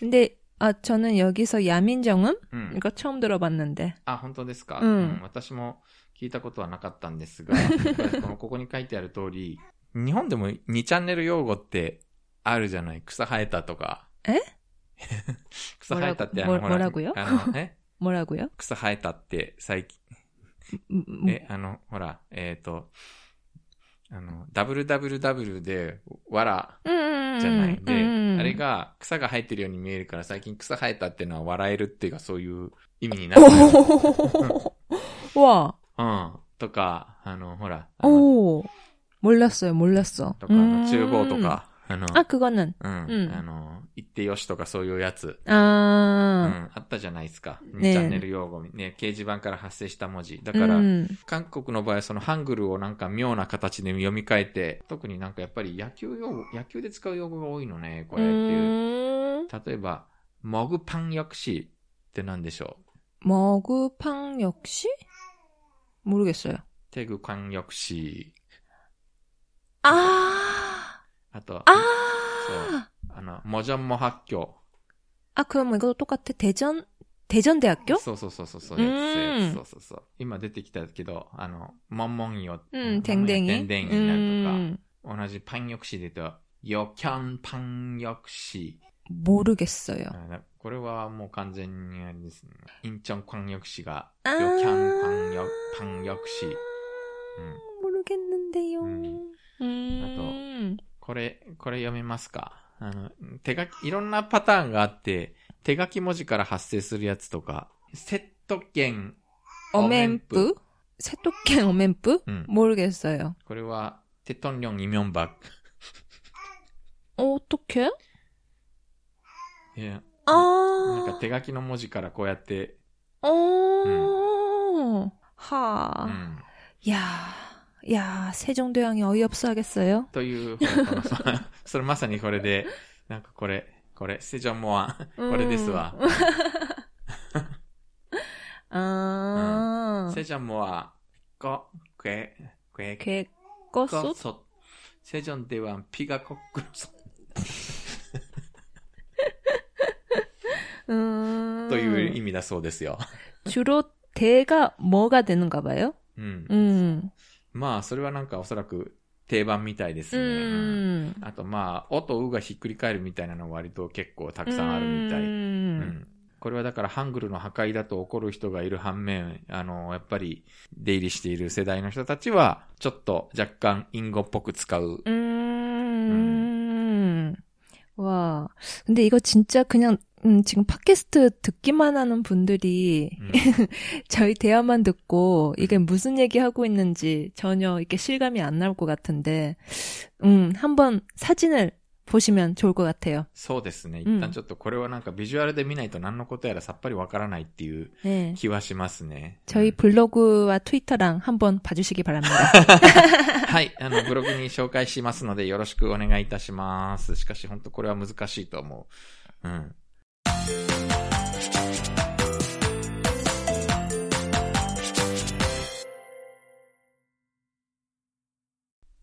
[SPEAKER 1] 근데 아 저는 여기서 야민정음
[SPEAKER 2] うん。
[SPEAKER 1] 이거 처음 들어봤는데.
[SPEAKER 2] あ、本当ですか、
[SPEAKER 1] うん
[SPEAKER 2] 私も聞いたことはなかったんですが、こ のここに書いてある通り、日本でも2チャンネル用語ってあるじゃない草生えたとか。
[SPEAKER 1] え
[SPEAKER 2] 草生えたってあ
[SPEAKER 1] も
[SPEAKER 2] の、
[SPEAKER 1] ら
[SPEAKER 2] ほ
[SPEAKER 1] ご
[SPEAKER 2] ら、
[SPEAKER 1] もらごよ
[SPEAKER 2] あの、え
[SPEAKER 1] 뭐라고요?
[SPEAKER 2] 草生えたって最近、
[SPEAKER 1] 음, 음,
[SPEAKER 2] え、あの、ほら、えっ、と、あの、www で、わら、
[SPEAKER 1] 음, 음,
[SPEAKER 2] じゃない。で、
[SPEAKER 1] 음.
[SPEAKER 2] あれが草が生えてるように見えるから最近草生えたっていうのは笑えるっていうかそういう意味になってる。
[SPEAKER 1] 오, 와,
[SPEAKER 2] うん。とか、あの、ほら、あの
[SPEAKER 1] 오, 몰랐어요, 몰랐어.
[SPEAKER 2] とか、あの
[SPEAKER 1] 음.
[SPEAKER 2] 厨房とか、あの、
[SPEAKER 1] 아, 그거는
[SPEAKER 2] うん、
[SPEAKER 1] うん
[SPEAKER 2] あの、行ってよしとかそういうやつ、うん、
[SPEAKER 1] 아,
[SPEAKER 2] あったじゃないですか。
[SPEAKER 1] ね
[SPEAKER 2] 2チャンネル用語、ね、掲示板から発生した文字。だから、
[SPEAKER 1] 음.
[SPEAKER 2] 韓国の場合はそのハングルをなんか妙な形で読み替えて、特になんかやっぱり野球用語、野球で使う用語が多いのね、これっていう。
[SPEAKER 1] 음.
[SPEAKER 2] 例えば、モグパン薬師って何でしょう
[SPEAKER 1] 머그팡 역시? 모르겠어요.
[SPEAKER 2] テグパン薬師。
[SPEAKER 1] 아,
[SPEAKER 2] あと、
[SPEAKER 1] 아,
[SPEAKER 2] あの、モジャンモ発狂。
[SPEAKER 1] 아, 그럼 이것도 똑같아. 대전, 대전대학교?
[SPEAKER 2] そうそうそうそうそう
[SPEAKER 1] う
[SPEAKER 2] や
[SPEAKER 1] ん
[SPEAKER 2] つやつそうそうそう。今出てきたけど、あの、モンモンよ。
[SPEAKER 1] 응,
[SPEAKER 2] て
[SPEAKER 1] 음, 댕댕이.
[SPEAKER 2] んでんになる
[SPEAKER 1] 음,
[SPEAKER 2] とか、同じパン抑止で言うと、よきゃんパン抑止。
[SPEAKER 1] 모르겠어요.
[SPEAKER 2] あのこれはもう完全にあれですね。インチョン광역시가
[SPEAKER 3] 아,
[SPEAKER 2] 음, 요캉광역방역시
[SPEAKER 1] 아,
[SPEAKER 2] 음.
[SPEAKER 3] 모르겠는데요.
[SPEAKER 2] 음.
[SPEAKER 1] うーん。
[SPEAKER 2] これ、これ読めますかあの、手書き、いろんなパターンがあって、手書き文字から発生するやつとか、セット券、
[SPEAKER 1] 어멘뿌? 새똑갱 어멘뿌?
[SPEAKER 2] 음.
[SPEAKER 1] 모르겠어요.
[SPEAKER 2] これは、テトンリョンイミョンバ
[SPEAKER 1] 어, 어떡해?
[SPEAKER 2] 음. いや、
[SPEAKER 1] 아.
[SPEAKER 2] なんか手書きの文字からこうやって、 음.
[SPEAKER 1] 어. 하.
[SPEAKER 2] うん。
[SPEAKER 1] 야. 야, 세종대왕이 어이없어 하겠어요?
[SPEAKER 2] という、ほらこの それまさにこれで、なんかこれ、これ、セジョンモアン、これですわ。
[SPEAKER 1] 아.
[SPEAKER 2] セジョンモア、こ、くえ、くえ、
[SPEAKER 1] 개꺼소?
[SPEAKER 2] そセジョンではピガコックソ
[SPEAKER 1] 음.
[SPEAKER 2] という意味だそうですよ。
[SPEAKER 1] 주로 대가 뭐가 되는가 봐요?
[SPEAKER 2] うん。
[SPEAKER 1] 음.
[SPEAKER 2] まあ、それはなんかおそらく定番みたいですね。
[SPEAKER 1] 음.
[SPEAKER 2] あとまあ、おとうがひっくり返るみたいなのは割と結構たくさんあるみたい。
[SPEAKER 1] 음.
[SPEAKER 2] これはだからハングルの破壊だと怒る人がいる反面、あの、やっぱり出入りしている世代の人たちは、ちょっと若干隠語っぽく使 う。
[SPEAKER 1] 음. 와. 근데 이거 진짜 그냥 음, 지금 팟캐스트 듣기만 하는 분들이
[SPEAKER 2] うん
[SPEAKER 1] 저희 대화만 듣고
[SPEAKER 3] 네.
[SPEAKER 1] 이게 무슨 얘기 하고 있는지 전혀 이렇게 실감이 안 나올 것 같은데, 음, 한번 사진을 보시면 좋을 것 같아요.
[SPEAKER 2] そうですね。
[SPEAKER 1] うん
[SPEAKER 2] 一旦ちょっとこれはなんかビジュアルで見ないと何のことやらさっぱりわからないっていう
[SPEAKER 1] 네.
[SPEAKER 2] 気はしますね。
[SPEAKER 1] 저희 블로그와 트위터랑 한번 봐주시기 바랍니다.
[SPEAKER 2] はい。あの、ブログに紹介しますので、よろしくお願いいたします。しかし、本当これは難しいと思う。うん。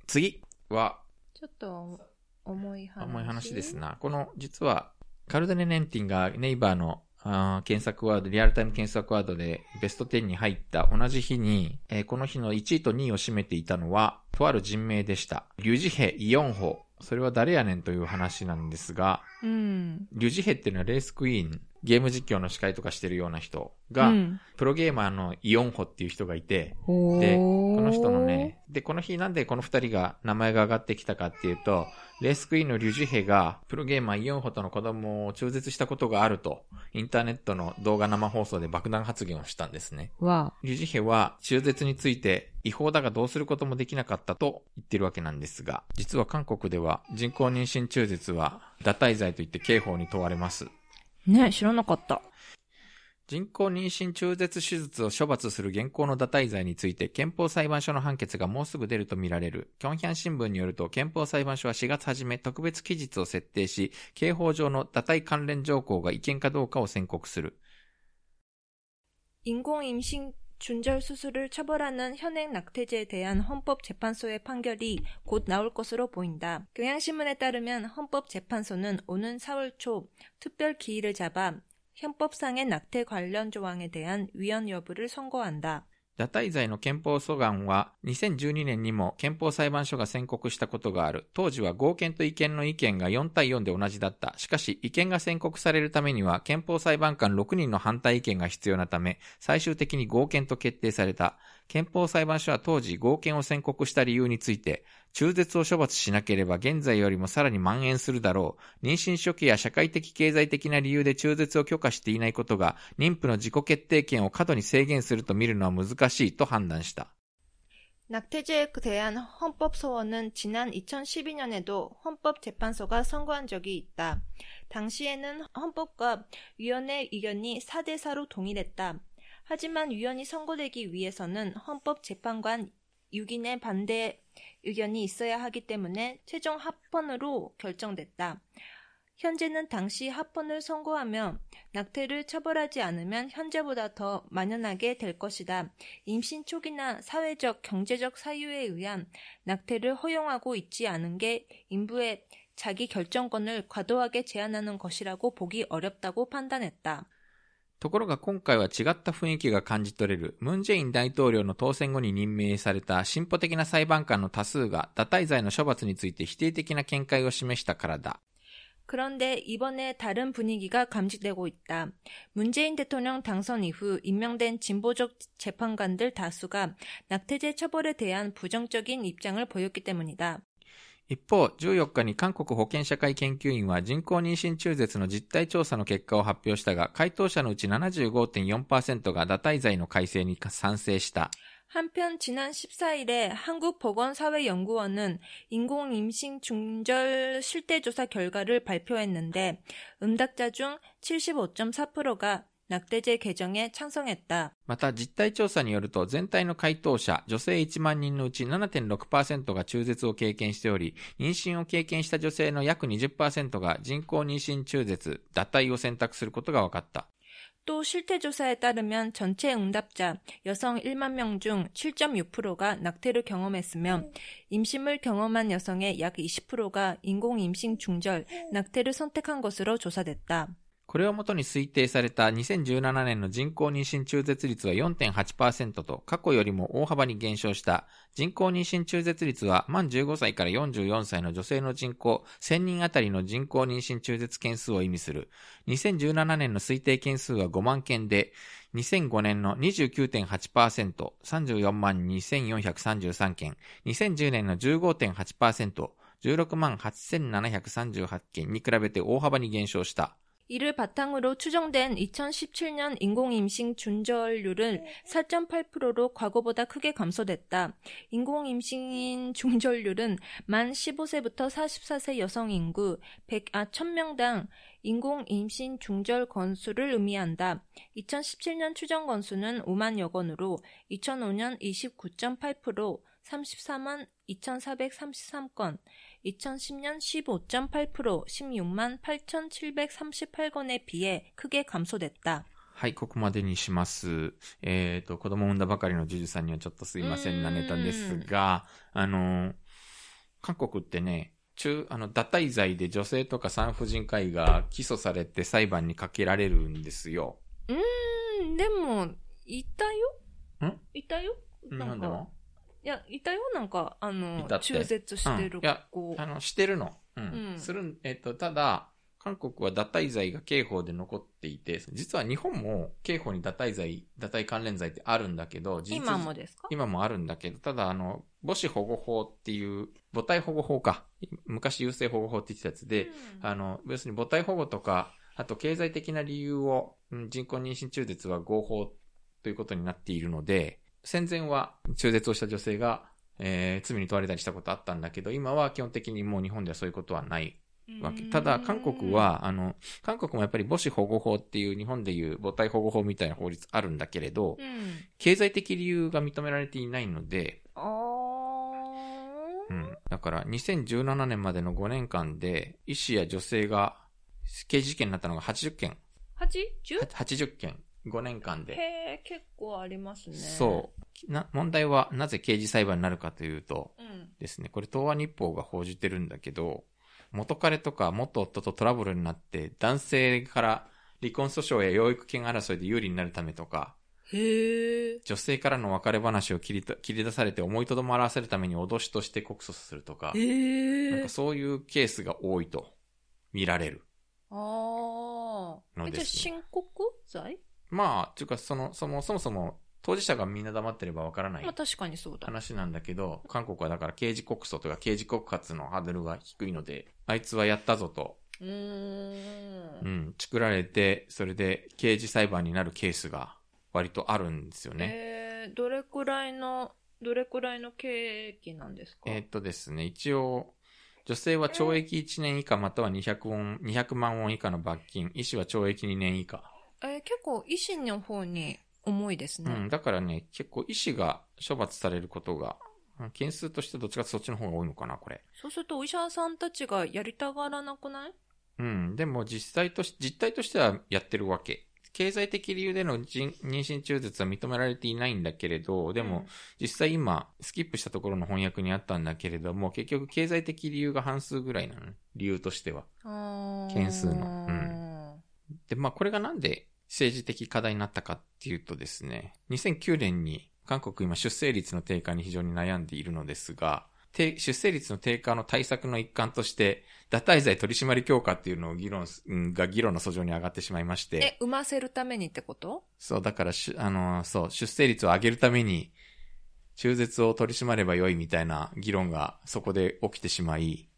[SPEAKER 2] 次は、
[SPEAKER 3] 저또 어머이 한
[SPEAKER 2] 重い話ですな。この、実は、カルデネ・ネンティンがネイバーのあー検索ワード、リアルタイム検索ワードでベスト10に入った同じ日に、えーこの日の1位と2位を占めていたのは、とある人名でした。リュウジヘ・イヨンホ。それは誰やねんという話なんですが、
[SPEAKER 1] 음.
[SPEAKER 2] リュウジヘっていうのはレースクイーン、ゲーム実況の司会とかしてるような人が、
[SPEAKER 1] 음.
[SPEAKER 2] プロゲーマーのイヨンホっていう人がいて、
[SPEAKER 1] 오.
[SPEAKER 3] 네.
[SPEAKER 2] で、この人のね、で、この日なんでこの二人が名前が上がってきたかっていうと、レースクイーンのリュジヘが、プロゲーマーイオンホとの子供を中絶したことがあると、インターネットの動画生放送で爆弾発言をしたんですね。
[SPEAKER 1] 와.
[SPEAKER 2] リュジヘは中絶について違法だがどうすることもできなかったと言ってるわけなんですが、実は韓国では人工妊娠中絶は堕胎罪といって刑法に問われます。
[SPEAKER 1] 네, 싫어놨겠다.
[SPEAKER 2] 人工妊娠中絶手術を処罰する現行の堕胎罪について憲法裁判所の判決がもうすぐ出るとみられる。キョンヒャン新聞によると憲法裁判所は4月初め特別期日を設定し、刑法上の堕胎関連条項が違憲かどうかを宣告する。
[SPEAKER 3] 인공 임신 준절 수술을 처벌하는 현행 낙태죄에 대한 헌법재판소의 판결이 곧 나올 것으로 보인다. 경향신문에 따르면 헌법재판소는 오는 4월 초 특별 기일을 잡아 헌법상의 낙태 관련 조항에 대한 위헌 여부를 선고한다.
[SPEAKER 2] 堕胎罪の憲法訴願は2012年にも憲法裁判所が宣告したことがある。当時は合憲と違憲の意見が4対4で同じだった。しかし、違憲が宣告されるためには憲法裁判官6人の反対意見が必要なため、最終的に合憲と決定された。憲法裁判所は当時合憲を宣告した理由について、中絶を処罰しなければ現在よりもさらに蔓延するだろう。妊娠初期や社会的経済的な理由で中絶を許可していないことが、妊婦の自己決定権を過度に制限すると見るのは難しいと判断した。
[SPEAKER 3] 낙태죄에 대한 헌법 소원은 지난 2012년에도 헌법재판소가 선고한 적이 있다. 당시에는 헌법과 위원회 의견이 4대 4로 동일했다. 하지만 위헌이 선고되기 위해서는 헌법재판관 6인의 반대 의견이 있어야 하기 때문에 최종 합헌으로 결정됐다. 현재는 당시 합헌을 선고하며 낙태를 처벌하지 않으면 현재보다 더 만연하게 될 것이다. 임신 초기나 사회적, 경제적 사유에 의한 낙태를 허용하고 있지 않은 게 인부의 자기 결정권을 과도하게 제한하는 것이라고 보기 어렵다고 판단했다.
[SPEAKER 2] ところが今回は違った雰囲気が感じ取れる、ムンジェイン大統領の当選後に任命された進歩的な裁判官の多数が、堕胎罪の処罰について否定的な見解を示したからだ。
[SPEAKER 1] 그런데 이번에 다른 분위기가 감지되고 있다. 문재인 대통령 당선 이후 임명된 진보적 재판관들 다수가 낙태죄 처벌에 대한 부정적인 입장을 보였기 때문이다.
[SPEAKER 2] 一方、14日に韓国保健社会研究院は人工妊娠中絶の実態調査の結果を発表したが、回答者のうち75.4%が堕胎罪の改正に賛成した。
[SPEAKER 1] 한편 지난 14일에 한국보건사회연구원은 인공임신 중절 실태조사 결과를 발표했는데 응답자 중 75.4%가 낙태죄 개정에 찬성했다.
[SPEAKER 2] また、実態調査によると、全体の回答者、女性1万人のうち7.6%が中絶を経験しており、妊娠を経験した女性の約20%が人工妊娠中絶、脱退を選択することが分かった。
[SPEAKER 1] 또 실태조사에 따르면 전체 응답자 여성 1만 명 중 7.6%가 낙태를 경험했으며 임신을 경험한 여성의 약 20%가 인공임신 중절, 낙태를 선택한 것으로 조사됐다.
[SPEAKER 2] これをもとに推定された2017年の人工妊娠中絶率は4.8%と過去よりも大幅に減少した。人工妊娠中絶率は満15歳から44歳の女性の人口1000人あたりの人工妊娠中絶件数を意味する。2017年の推定件数は5万件で、2005年の29.8%、34万2433件、2010年の15.8%、16万8738件に比べて大幅に減少した。
[SPEAKER 1] 이를 바탕으로 추정된 2017년 인공임신 중절률은 4.8%로 과거보다 크게 감소됐다. 인공임신 중절률은 만 15세부터 44세 여성 인구 100, 아, 1000명당 인공임신 중절 건수를 의미한다. 2017년 추정 건수는 5만여 건으로 2005년 29.8%, 34만 2433건, 2010년 15.8%, 16만 8,738건에 비해 크게 감소됐다.
[SPEAKER 2] はい、ここまでにします。えっ、と、子供を産んだばかりのジュジュさんにはちょっとすいませんな
[SPEAKER 1] うーん
[SPEAKER 2] ネタですが、あの、韓国ってね、中、あの、堕胎罪で女性とか産婦人科医が起訴されて裁判にかけられるんですよ。
[SPEAKER 1] 음, 근데 뭐 있다요?
[SPEAKER 2] 응?
[SPEAKER 1] 있다요?
[SPEAKER 2] なんだろ
[SPEAKER 1] 야, 있다요? 뭔가, 아노,
[SPEAKER 2] いたって。
[SPEAKER 1] 中絶してる子.
[SPEAKER 2] うあの、してるの。うん。
[SPEAKER 1] うん
[SPEAKER 2] するん、えっ、と、ただ、韓国は堕胎罪が刑法で残っていて、実は日本も刑法に堕胎罪、堕胎関連罪ってあるんだけど、事実
[SPEAKER 1] 今もですか
[SPEAKER 2] 今もあるんだけど、ただあの、母子保護法っていう、母体保護法か。昔優生保護法って言ってたやつ
[SPEAKER 1] 네.
[SPEAKER 2] で、
[SPEAKER 1] 음.
[SPEAKER 2] あ
[SPEAKER 1] 아,
[SPEAKER 2] の、要するに母体保護とか、あと経済的な理由を、うん人工妊娠中絶は合法ということになっているので、戦前は中絶をした女性が、えー罪に問われたりしたことあったんだけど、今は基本的にもう日本ではそういうことはない
[SPEAKER 1] 음.
[SPEAKER 2] わけ。ただ、韓国は、あの、韓国もやっぱり母子保護法っていう日本でいう母体保護法みたいな法律あるんだけれど、
[SPEAKER 1] 음.
[SPEAKER 2] 経済的理由が認められていないので、
[SPEAKER 1] 어...
[SPEAKER 2] うん、だから2017年までの5年間で、医師や女性が刑事事件になったのが80件、
[SPEAKER 1] 하지? 네. 주?
[SPEAKER 2] は80件、5年間で。
[SPEAKER 1] 해, 結構ありますね.
[SPEAKER 2] そう。な、問題はなぜ刑事裁判になるかというと
[SPEAKER 1] 음.
[SPEAKER 2] ですね、これ東亜日報が報じてるんだけど、元彼とか元夫とトラブルになって、男性から離婚訴訟や養育権争いで有利になるためとか、
[SPEAKER 1] 아. 해.
[SPEAKER 2] 女性からの別れ話を切りと切り出されて思いとどまらせるために脅しとして告訴するとか、
[SPEAKER 1] 해.
[SPEAKER 2] なんかそういうケースが多いと見られる。
[SPEAKER 1] 아,
[SPEAKER 2] 어,
[SPEAKER 1] 이제
[SPEAKER 2] 됐어요.
[SPEAKER 1] 신곡구자이?
[SPEAKER 2] まあ、というかその、そもそもそも当事者がみんな黙ってればわからない
[SPEAKER 1] 뭐, 確かにそうだ.
[SPEAKER 2] 話なんだけど、韓国はだから刑事告訴とか刑事告発のハードルが低いので、あいつはやったぞと、
[SPEAKER 1] 음.
[SPEAKER 2] うん、作られて、それで刑事裁判になるケースが割とあるんですよね。
[SPEAKER 1] えー、どれくらいの、どれくらいの刑期なんですか
[SPEAKER 2] えーっとですね、一応、女性は懲役1年以下または200, ウォン200万ウォン以下の罰金、医師は懲役2年以下。
[SPEAKER 1] えー結構維新の方に重いです
[SPEAKER 2] う
[SPEAKER 1] ね。
[SPEAKER 2] ん、だからね、結構医師が処罰されることが、うん件数としてどっちかってそっちの方が多いのかな、これ。
[SPEAKER 1] そうするとお医者さんたちがやりたがらなくない
[SPEAKER 2] うん、でも実際とし、実態としてはやってるわけ。経済的理由での人妊娠中絶は認められていないんだけれど、でも、実際今、スキップしたところの翻訳にあったんだけれども、結局経済的理由が半数ぐらいなのね、理由としては。
[SPEAKER 1] あー
[SPEAKER 2] 件数のうんで、まあこれがなんで政治的課題になったかっていうとですね、2009年に韓国今出生率の低下に非常に悩んでいるのですが、低出生率の低下の対策の一環として、脱退罪取締り強化っていうのを議論す、うんが議論の訴状に上がってしまいまして。
[SPEAKER 1] え、産ませるためにってこと
[SPEAKER 2] そう、だからし、あのー、そう、出生率を上げるために、中絶を取り締まればよいみたいな議論がそこで起きてしまい、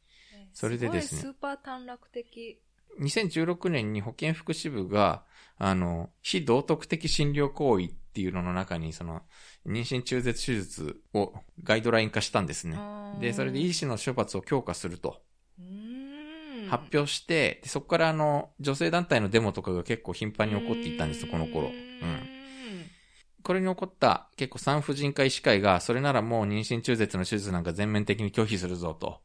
[SPEAKER 2] それでですね
[SPEAKER 1] ごいスーパー短絡的。
[SPEAKER 2] 2016年に保健福祉部が、あの、非道徳的診療行為っていうのの中に、その、妊娠中絶手術をガイドライン化したんですね。で、それで医師の処罰を強化すると
[SPEAKER 1] うーん
[SPEAKER 2] 発表して、でそこからあの、女性団体のデモとかが結構頻繁に起こっていたんですよ、この頃。
[SPEAKER 1] うー
[SPEAKER 2] うん。これに起こった結構産婦人科医師会が、それならもう妊娠中絶の手術なんか全面的に拒否するぞと、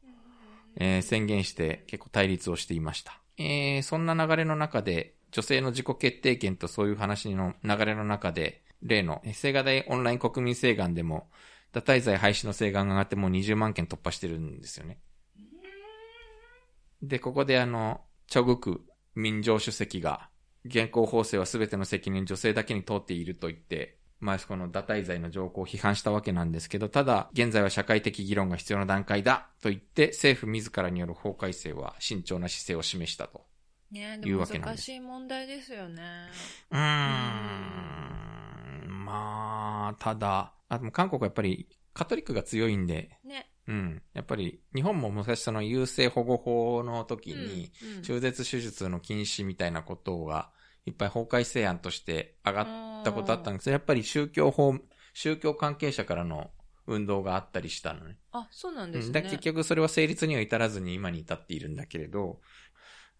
[SPEAKER 2] えー宣言して結構対立をしていました。えーそんな流れの中で、女性の自己決定権とそういう話の流れの中で、例の、えー青瓦台オンライン国民請願でも、堕胎罪廃止の請願が上がってもう20万件突破してるんですよね。で、ここであの、チョグク民情主席が、現行法制は全ての責任女性だけに通っていると言って、まあ、この堕胎罪の条項を批判したわけなんですけど、ただ、現在は社会的議論が必要な段階だと言って、政府自らによる法改正は慎重な姿勢を示したと。
[SPEAKER 1] ね
[SPEAKER 2] い
[SPEAKER 1] で
[SPEAKER 2] う
[SPEAKER 1] も
[SPEAKER 2] わけなん
[SPEAKER 1] 難
[SPEAKER 2] です
[SPEAKER 1] しい問題ですよね。
[SPEAKER 2] うーん。まあ、ただ、あ、でも韓国はやっぱりカトリックが強いんで、
[SPEAKER 1] ね。
[SPEAKER 2] うん。やっぱり、日本も昔その優生保護法の時
[SPEAKER 1] うん
[SPEAKER 2] に、
[SPEAKER 1] うん
[SPEAKER 2] 中絶手術の禁止みたいなことが、いっぱい法改正案として上がったことあったんですけど、やっぱり宗教法、宗教関係者からの運動があったりしたのね。
[SPEAKER 1] あ、そうなん
[SPEAKER 2] う
[SPEAKER 1] で
[SPEAKER 2] ん
[SPEAKER 1] すね。
[SPEAKER 2] だから結局それは成立には至らずに今に至っているんだけれど、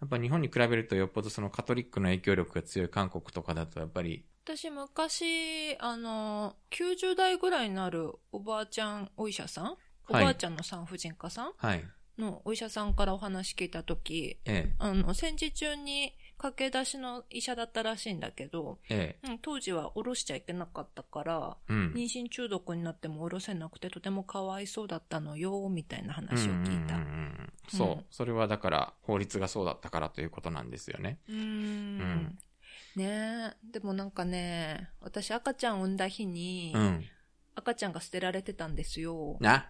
[SPEAKER 2] やっぱ日本に比べるとよっぽどそのカトリックの影響力が強い韓国とかだとやっぱり、
[SPEAKER 1] 私昔、あの、90代ぐらいになるおばあちゃんお医者さんお
[SPEAKER 2] はい
[SPEAKER 1] ばあちゃんの産婦人科さん
[SPEAKER 2] はい、
[SPEAKER 1] のお医者さんからお話聞いたとき、
[SPEAKER 2] え
[SPEAKER 1] あの、戦時中に駆け出しの医者だったらしいんだけど、
[SPEAKER 2] え、え
[SPEAKER 1] うん、当時はおろしちゃいけなかったから、
[SPEAKER 2] え、うん。
[SPEAKER 1] 妊娠中毒になってもおろせなくてとてもかわいそうだったのよ、みたいな話を聞いた
[SPEAKER 2] うんうん。うんうんそう、
[SPEAKER 1] うん
[SPEAKER 2] それはだから法律がそうだったからということなんですよね。
[SPEAKER 1] うーん。ねえ。でもなんかね、私赤ちゃん産んだ日に
[SPEAKER 2] う、ん。
[SPEAKER 1] 赤ちゃんが捨てられてたんですよ。
[SPEAKER 2] な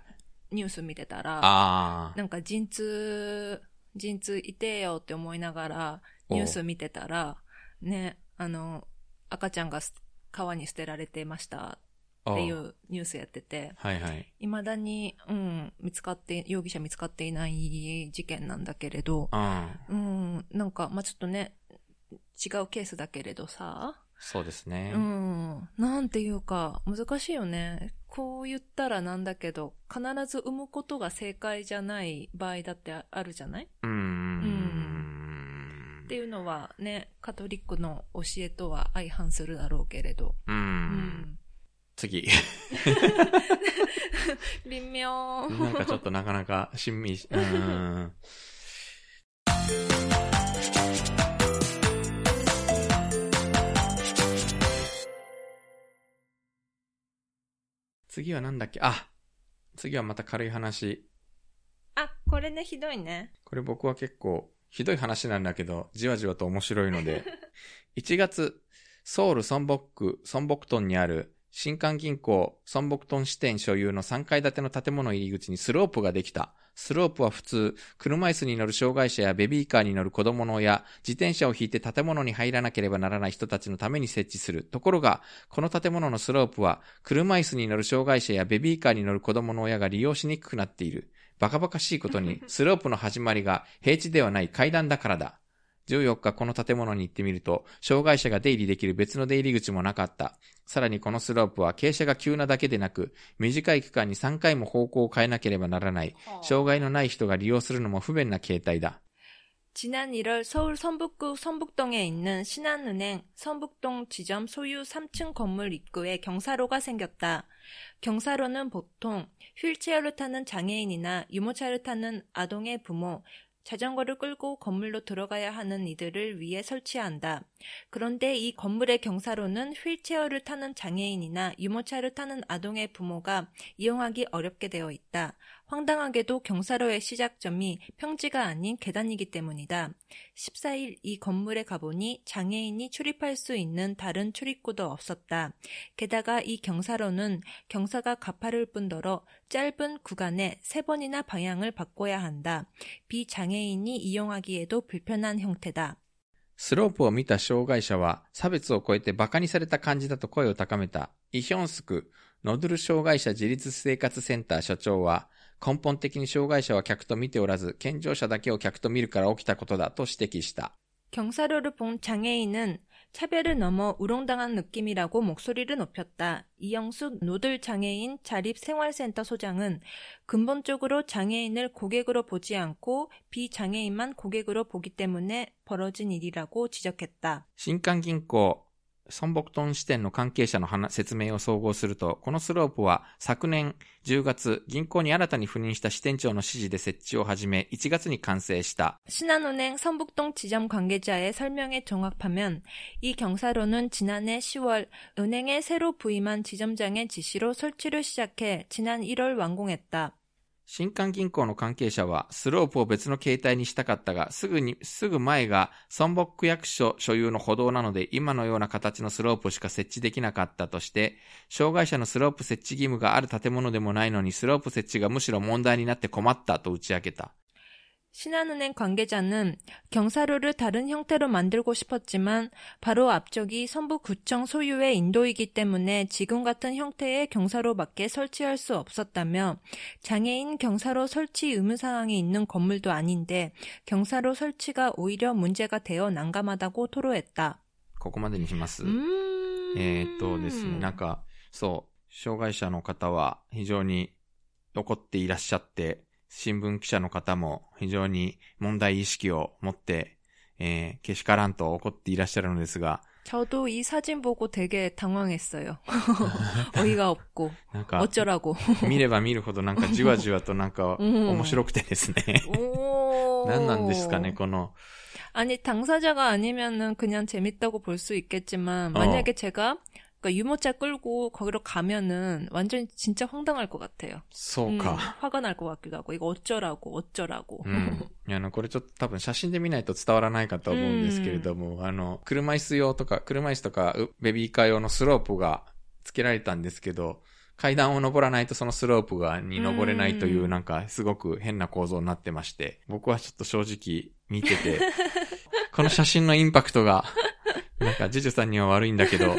[SPEAKER 1] ニュース見てたら、
[SPEAKER 2] ああ。
[SPEAKER 1] なんか陣痛、陣痛いてよって思いながら、ニュース見てたら、ね、あの、赤ちゃんがす川に捨てられてました
[SPEAKER 2] お
[SPEAKER 1] ってい
[SPEAKER 2] お
[SPEAKER 1] うニュースやってて、
[SPEAKER 2] はいはい。
[SPEAKER 1] 未だに、うん、見つかって、容疑者見つかっていない事件なんだけれど、
[SPEAKER 2] うん。
[SPEAKER 1] うん、なんか、まあ、ちょっとね、違うケースだけれどさ、
[SPEAKER 2] そうですね。
[SPEAKER 1] うん、なんていうか、難しいよね。こう言ったらなんだけど、必ず産むことが正解じゃない場合だってああるじゃない
[SPEAKER 2] うん。
[SPEAKER 1] うんっ。ていうのはね、カトリックの教えとは相反するだろうけれど。
[SPEAKER 2] う。
[SPEAKER 1] うんん。
[SPEAKER 2] 次。
[SPEAKER 1] 微妙。
[SPEAKER 2] なんかちょっとなかなか、しんみり し、うん。次はなんだっけあ次はまた軽い話。
[SPEAKER 1] あ、これね、ひどいね。
[SPEAKER 2] これ僕は結構ひどい話なんだけど、じわじわと面白いので。1月、ソウルソンボック、ソンボクトンにある新韓銀行ソンボクトン支店所有の3階建ての建物入り口にスロープができた。スロープは普通、車椅子に乗る障害者やベビーカーに乗る子供の親、自転車を引いて建物に入らなければならない人たちのために設置する。ところが、この建物のスロープは、車椅子に乗る障害者やベビーカーに乗る子供の親が利用しにくくなっている。バカバカしいことに、スロープの始まりが平地ではない階段だからだ。14日この建物に行ってみると、障害者が出入りできる別の出入り口もなかった。さらにこのスロープは傾斜が急なだけでなく、短い区間に3回も方向を変えなければならない。障害のない人が利用するのも不便な形態だ。
[SPEAKER 1] 지난 1월 서울 선북구 선북동에 있는 신한은행 선북동 지점 소유 3층 건물 입구에 경사로가 생겼다. 경사로는 보통 휠체어를 타는 장애인이나 유모차를 타는 아동의 부모, 자전거를 끌고 건물로 들어가야 하는 이들을 위해 설치한다. 그런데 이 건물의 경사로는 휠체어를 타는 장애인이나 유모차를 타는 아동의 부모가 이용하기 어렵게 되어 있다. 황당하게도 경사로의 시작점이 평지가 아닌 계단이기 때문이다. 14일 이 건물에 가보니 장애인이 출입할 수 있는 다른 출입구도 없었다. 게다가 이 경사로는 경사가 가파를 뿐더러 짧은 구간에 세 번이나 방향을 바꿔야 한다. 비장애인이 이용하기에도 불편한 형태다.
[SPEAKER 2] スロープを見た障害者は差別を超えて馬鹿にされた感じだと声を高めたイヒョンスクノドル障害者自立生活センター所長は根本的に障害者は客と見ておらず健常者だけを客と見るから起きたことだと指摘した。
[SPEAKER 1] 경사로를 본 장애인은 차별을 넘어 우롱당한 느낌이라고 목소리를 높였다. 이영숙 노들 장애인 자립생활센터 소장은 근본적으로 장애인을 고객으로 보지 않고 비장애인만 고객으로 보기 때문에 벌어진 일이라고 지적했다.
[SPEAKER 2] 新韓銀行、孫北東支店の関係者の話説明を総合すると、このスロープは昨年10月、銀行に新たに赴任した支店長の指示で設置を始め、1月に完成した。
[SPEAKER 1] 신한은행 선북동 지점 관계자의 설명에 종합하면 이 경사로는 지난해 10월 은행에 새로 부임한 지점장의 지시로 설치를 시작해 지난 1월 완공했다.
[SPEAKER 2] 新韓銀行の関係者は、スロープを別の形態にしたかったが、すぐに、すぐ前が、孫北区役所所有の歩道なので、今のような形のスロープしか設置できなかったとして、障害者のスロープ設置義務がある建物でもないのに、スロープ設置がむしろ問題になって困ったと打ち明けた。
[SPEAKER 1] 신한은행 관계자는 경사로를 다른 형태로 만들고 싶었지만 바로 앞쪽이 선부구청 소유의 인도이기 때문에 지금 같은 형태의 경사로밖에 설치할 수 없었다며 장애인 경사로 설치 의무 사항이 있는 건물도 아닌데 경사로 설치가 오히려 문제가 되어 난감하다고 토로했다.
[SPEAKER 2] ここまでにします。
[SPEAKER 1] 음.
[SPEAKER 2] えーっとですね、なんか、そう、障害者の方は非常に怒っていらっしゃって、新聞記者の方も非常に問題意識を持って、えー、けしからんと怒っていらっしゃるのですが、
[SPEAKER 1] 저도 이 사진 보고 되게 당황했어요. 어이가 없고
[SPEAKER 2] なんか、
[SPEAKER 1] 어쩌라고.
[SPEAKER 2] 見れば見るほどなんかじわじわとなん か
[SPEAKER 1] うん
[SPEAKER 2] 面白くてです ね。
[SPEAKER 1] 오.
[SPEAKER 2] 何なんですかね、この、
[SPEAKER 1] 아니 당사자가 아니면은 그냥 재밌다고 볼 수 있겠지만
[SPEAKER 2] 어.
[SPEAKER 1] 만약에 제가 그러니까 유모차 끌고 거기로 가면은 완전 진짜 황당할 것 같아요.
[SPEAKER 2] そう
[SPEAKER 1] 음,
[SPEAKER 2] か。
[SPEAKER 1] 화가 날 것 같기도 하고 이거 어쩌라고 어쩌라고.
[SPEAKER 2] うん。いや、あの、これちょっと多分写真で見ないと伝わらないかと思うんですけれども、あの、車椅子用とか、車椅子とか、うベビーカー用のスロープが付けられたんですけど、階段を登らないとそのスロープが、に登れないというう、
[SPEAKER 1] ん
[SPEAKER 2] なんか、すごく変な構造になってまして、僕はちょっと正直見てて、 この写真のインパクトが、なんか、ジュジュさんには悪いんだけど、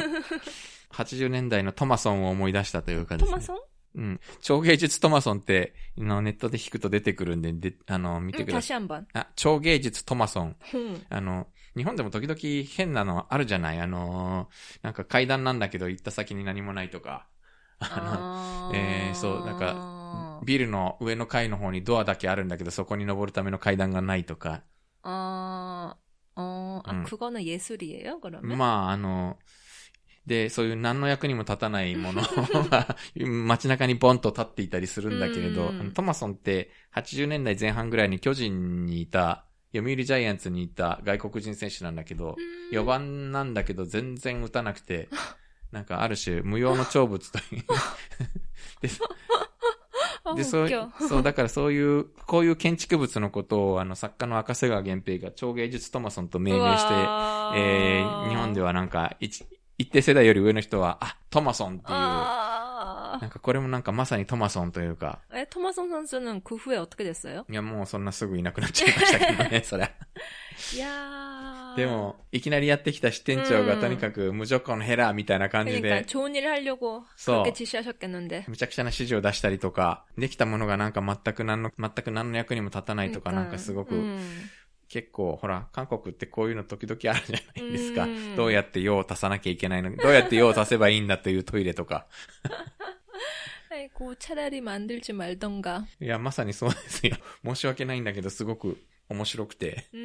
[SPEAKER 2] 80年代のトマソンを思い出したという感じです ね。
[SPEAKER 1] 토마송?
[SPEAKER 2] うん。超芸術トマソンって、あのネットで弾くと出てくるんで、で、あの、見て
[SPEAKER 1] 음,
[SPEAKER 2] ください。
[SPEAKER 1] 다시 한번.
[SPEAKER 2] あ、超芸術トマソン。
[SPEAKER 1] 음.
[SPEAKER 2] あの、日本でも時々変なのあるじゃないあのーなんか階段なんだけど行った先に何もないとか。
[SPEAKER 1] 아.
[SPEAKER 2] あ 예, 그래서
[SPEAKER 1] 약간
[SPEAKER 2] の、ビルの上の階の方にドアだけあるんだけどそこに登るための階段がないとか。
[SPEAKER 1] 어, 어, 아,
[SPEAKER 2] 음. 아,
[SPEAKER 1] 그거는 예술이에요, 그러면?
[SPEAKER 2] まあ、あの、で、そういう何の役にも立たないもの が街中にボンと立っていたりするんだけれど、
[SPEAKER 1] うん
[SPEAKER 2] あのトマソンって80年代前半ぐらいに巨人にいた、読売ジャイアンツにいた外国人選手なんだけど、
[SPEAKER 1] 음.
[SPEAKER 2] 4番なんだけど全然打たなく て、なんかある種無用の長物という。
[SPEAKER 1] 아,
[SPEAKER 2] で、そう
[SPEAKER 1] 웃겨. 、
[SPEAKER 2] そう、だからそういう、こういう建築物のことを、あの、作家の赤瀬川源平が超芸術トマソンと命名して、
[SPEAKER 1] 우와.
[SPEAKER 2] えー日本ではなんか、一、一定世代より上の人は、あ、トマソンっていう、な
[SPEAKER 1] 아.
[SPEAKER 2] んかこれもなんかまさにトマソンというか、
[SPEAKER 1] 에, 토마송 선수는 그 후에 어떻게 됐어요?
[SPEAKER 2] いやもうそんなすぐいなくなっちゃいましたけど ね、そりゃ。
[SPEAKER 1] 야.
[SPEAKER 2] でも、いきなりやってきた支店長がとにかく無条項のヘラーみたいな感じ
[SPEAKER 1] 그러니까
[SPEAKER 2] で、
[SPEAKER 1] 좋은 일을 하려고
[SPEAKER 2] 써.
[SPEAKER 1] 그렇게 지시하셨겠는데.
[SPEAKER 2] むちゃくちゃな指示を出したりとか、できたものがなんか全く何の、全く何の役にも立たないとか、なんかすごく、
[SPEAKER 1] 음.
[SPEAKER 2] 結構、ほら、韓国ってこういうの時々あるじゃないですか
[SPEAKER 1] うん。
[SPEAKER 2] どうやって用を足さなきゃいけないのどうやって用を足せばいいんだというトイレとか。
[SPEAKER 1] 아이고 차라리 만들지 말던가.
[SPEAKER 2] いや、まさにそうですよ。 申し訳ないんだけど、すごく面白くて、
[SPEAKER 1] 음.
[SPEAKER 2] う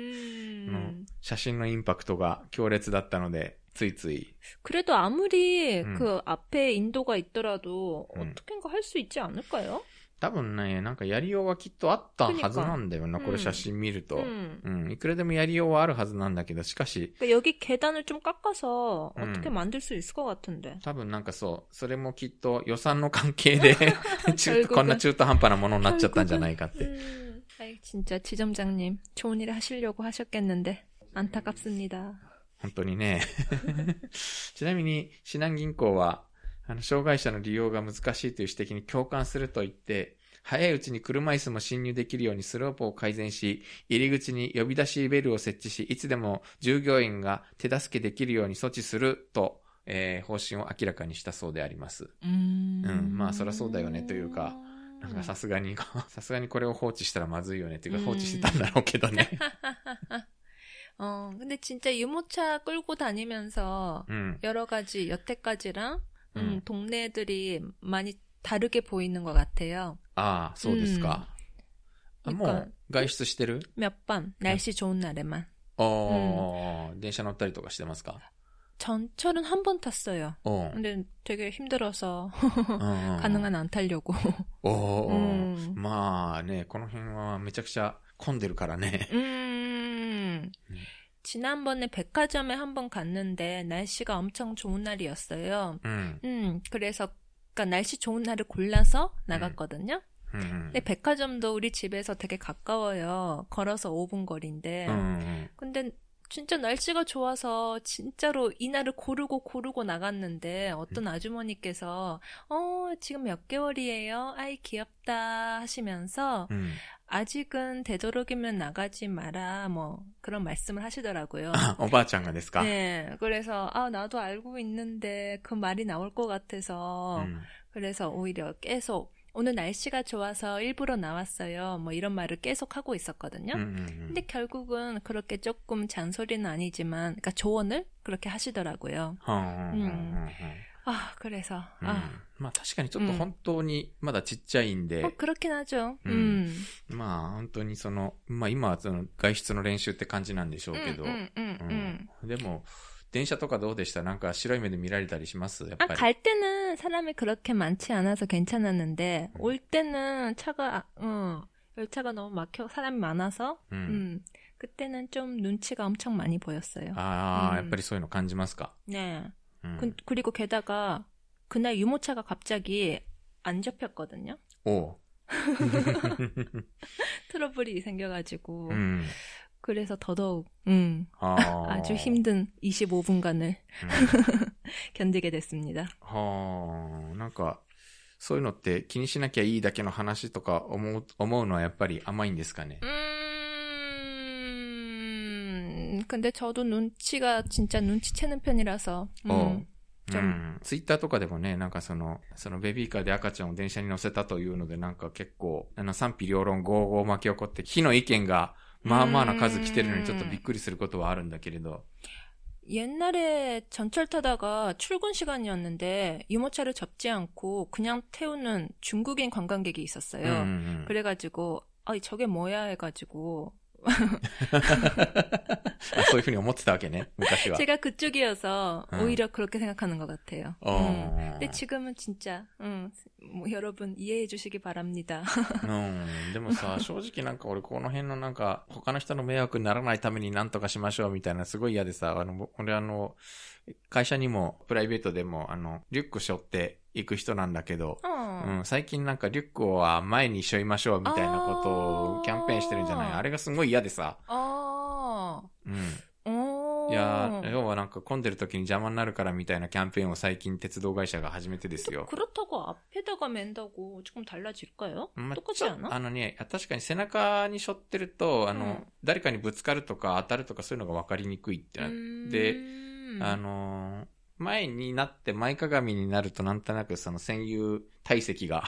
[SPEAKER 2] ん写真のインパクトが強烈だったので、ついつい。
[SPEAKER 1] 그래도 아무리
[SPEAKER 2] 음.
[SPEAKER 1] 그 앞에 인도가 있더라도
[SPEAKER 2] 음.
[SPEAKER 1] 어떻게인가 할 수 있지 않을까요?
[SPEAKER 2] 多分ね、なんかやりようはきっとあったはず
[SPEAKER 1] 그러니까
[SPEAKER 2] なんだよな、こ
[SPEAKER 1] う
[SPEAKER 2] れ
[SPEAKER 1] ん
[SPEAKER 2] 写真見ると。
[SPEAKER 1] 음.
[SPEAKER 2] 음, 이 그래 되면 야리 요와 아르 하즈난 다기도 시카시
[SPEAKER 1] 그 여기 계단을 좀 깎아서
[SPEAKER 2] 음.
[SPEAKER 1] 어떻게 만들 수 있을 것 같은데.
[SPEAKER 2] 多分なんかそう、それもきっと予算の関係 で中
[SPEAKER 1] 결국은
[SPEAKER 2] 途、こんな中途半端なものになっちゃったんじゃないかって。
[SPEAKER 1] 음. 아이, 진짜 지점장님 좋은 일 하시려고 하셨겠는데 안타깝습니다.
[SPEAKER 2] 本当にね。 ちなみに、指南銀行は、あの、障害者の利用が難しいという指摘に共感すると言って、早いうちに車椅子も侵入できるようにスロープを改善し、入り口に呼び出しベルを設置し、いつでも従業員が手助けできるように措置すると、えー方針を明らかにしたそうであります。
[SPEAKER 1] 음.
[SPEAKER 2] 음, まあ、そりゃそうだよねというか、なんかさすがに、さすがにこれを放置したらまずいよねっていうか
[SPEAKER 1] うん
[SPEAKER 2] 放置してたんだろうけどね。
[SPEAKER 1] 어, 근데 진짜 유모차 끌고 다니면서
[SPEAKER 2] うん。
[SPEAKER 1] 여러 가지 여태까지랑 음,
[SPEAKER 2] 음.
[SPEAKER 1] 동네들이 많이 다르게 보이는 것 같아요.
[SPEAKER 2] ああ、そうですか。
[SPEAKER 1] うん
[SPEAKER 2] あもう外出してる
[SPEAKER 1] 몇 번 날씨 좋은 날에만
[SPEAKER 2] ああ、電車乗ったりとかしてますか
[SPEAKER 1] 전철은 한 번 탔어요.
[SPEAKER 2] おう
[SPEAKER 1] 근데 되게 힘들어서 어.
[SPEAKER 2] うん。
[SPEAKER 1] 가능한 안 타려고. 음.
[SPEAKER 2] おう おう
[SPEAKER 1] うん
[SPEAKER 2] まあね、この辺はめちゃくちゃ混んでるからね。
[SPEAKER 1] 음. 지난번에 백화점에 한 번 갔는데 날씨가 엄청 좋은 날이었어요.
[SPEAKER 2] うん。
[SPEAKER 1] 음, 그래서 그러니까 날씨 좋은 날을 골라서 나갔거든요.
[SPEAKER 2] うんうん。
[SPEAKER 1] 근데 백화점도 우리 집에서 되게 가까워요. 걸어서 5분
[SPEAKER 2] う
[SPEAKER 1] 거리인데.
[SPEAKER 2] んうん。
[SPEAKER 1] 근데 진짜 날씨가 좋아서 진짜로 이날을 고르고 고르고 나갔는데 어떤 아주머니께서 어, 지금 몇 개월이에요? 아이 귀엽다 하시면서
[SPEAKER 2] うん。
[SPEAKER 1] 아직은 되도록이면 나가지 마라 뭐 그런 말씀을 하시더라고요.
[SPEAKER 2] おばあちゃんがですか、
[SPEAKER 1] 네, 그래서 아 나도 알고 있는데 그 말이 나올 것 같아서
[SPEAKER 2] うん、
[SPEAKER 1] 그래서 오히려 계속 오늘 날씨가 좋아서 일부러 나왔어요. 뭐 이런 말을 계속 하고 있었거든요.
[SPEAKER 2] うんうんうん
[SPEAKER 1] 근데 결국은 그렇게 조금 잔소리는 아니지만, 그러니까 조언을 그렇게 하시더라고요.
[SPEAKER 2] うんうんうんうんうん
[SPEAKER 1] 아, 그래서
[SPEAKER 2] うん
[SPEAKER 1] 아,
[SPEAKER 2] まあ確かにちょっと本当にまだちっちゃいんで、
[SPEAKER 1] 어, 그렇긴 하죠.
[SPEAKER 2] 음,
[SPEAKER 1] 음,
[SPEAKER 2] まあ本当にその、まあ今はその外出の練習って感じなんでしょう
[SPEAKER 1] 음,
[SPEAKER 2] けど、
[SPEAKER 1] 음, 음, 음.
[SPEAKER 2] でも、電車とかどうでしたなんか白い目で見られたりしますやっぱ
[SPEAKER 1] 아,
[SPEAKER 2] り。
[SPEAKER 1] 갈 때는 사람이 그렇게 많지 않아서 괜찮았는데 올 때는 차가 응, 열차가 너무 막혀 사람이 많아서
[SPEAKER 2] うん
[SPEAKER 1] 음, 그때는 좀 눈치가 엄청 많이 보였어요.
[SPEAKER 2] ああ、
[SPEAKER 1] うん
[SPEAKER 2] やっぱりそういうの感じますか、
[SPEAKER 1] 네.
[SPEAKER 2] うん、
[SPEAKER 1] 그, 리고 게다가 그날 유모차가 갑자기 안 접혔거든요.
[SPEAKER 2] おう。
[SPEAKER 1] 트러블이 생겨가지고
[SPEAKER 2] うん。
[SPEAKER 1] 그래서 더더욱 음,
[SPEAKER 2] あ
[SPEAKER 1] 아주 힘든 25분간을
[SPEAKER 2] うん
[SPEAKER 1] 견디게 됐습니다.
[SPEAKER 2] はあ。なんか、そういうのって気にしなきゃいいだけの話とか思う、思うのはやっぱり甘いんですかね、
[SPEAKER 1] 음, 근데 저도 눈치가 진짜 눈치채는 편이라서 음,
[SPEAKER 2] おう
[SPEAKER 1] じゃあ
[SPEAKER 2] うんツイッターとかでもね、なんかその、そのベビーカーで赤ちゃんを電車に乗せたというので、なんか結構、あの賛否両論、豪語巻き起こって、火の意見が、まあまあな数来てるのにちょっとびっくりすることはあるんだけれど。
[SPEAKER 1] 옛날에 전철 타다가 출근 시간이었는데 유모차를 접지 않고 그냥 태우는 중국인 관광객이
[SPEAKER 2] う
[SPEAKER 1] 있었어요.
[SPEAKER 2] んうんうん。
[SPEAKER 1] 그래가지고 아 저게 뭐야 해가지고
[SPEAKER 2] あそういうふうに思ってたわけ ね、昔は。
[SPEAKER 1] 제가 그쪽이어서
[SPEAKER 2] 음.
[SPEAKER 1] 오히려 그렇게 생각하는 것 같아요.
[SPEAKER 2] あ
[SPEAKER 1] 음.
[SPEAKER 2] ー
[SPEAKER 1] 근데 지금은 진짜 음, 뭐 여러분 이해해 주시기 바랍니다.
[SPEAKER 2] うん。でも さ、正直なんか俺この辺のなんか、他の人の迷惑にならないためになんとかしましょうみたいなすごい嫌でさ、あの、俺あの、会社にも、プライベートでも、あの、リュック背負って行く人なんだけど、
[SPEAKER 1] 어.
[SPEAKER 2] うん、最近なんかリュックは前に背負いましょうみたいなことをキャンペーンしてるんじゃない
[SPEAKER 1] あー
[SPEAKER 2] あれがすごい嫌でさ。
[SPEAKER 1] 어.
[SPEAKER 2] うん。
[SPEAKER 1] 오.
[SPEAKER 2] いやー、要はなんか混んでる時に邪魔になるからみたいなキャンペーンを最近鉄道会社が始めてですよ
[SPEAKER 1] 또 。 그렇다고 앞에다가 맨다고 조금 달라질까요?
[SPEAKER 2] まあ
[SPEAKER 1] 똑같지
[SPEAKER 2] ちょ
[SPEAKER 1] 않아?
[SPEAKER 2] あのね、確かに背中に背負ってると、あの、
[SPEAKER 1] うん
[SPEAKER 2] 誰かにぶつかるとか当たるとかそういうのが分かりにくいってな、
[SPEAKER 1] 음.
[SPEAKER 2] あのー前になって前かがみになるとなんとなくその占有体積が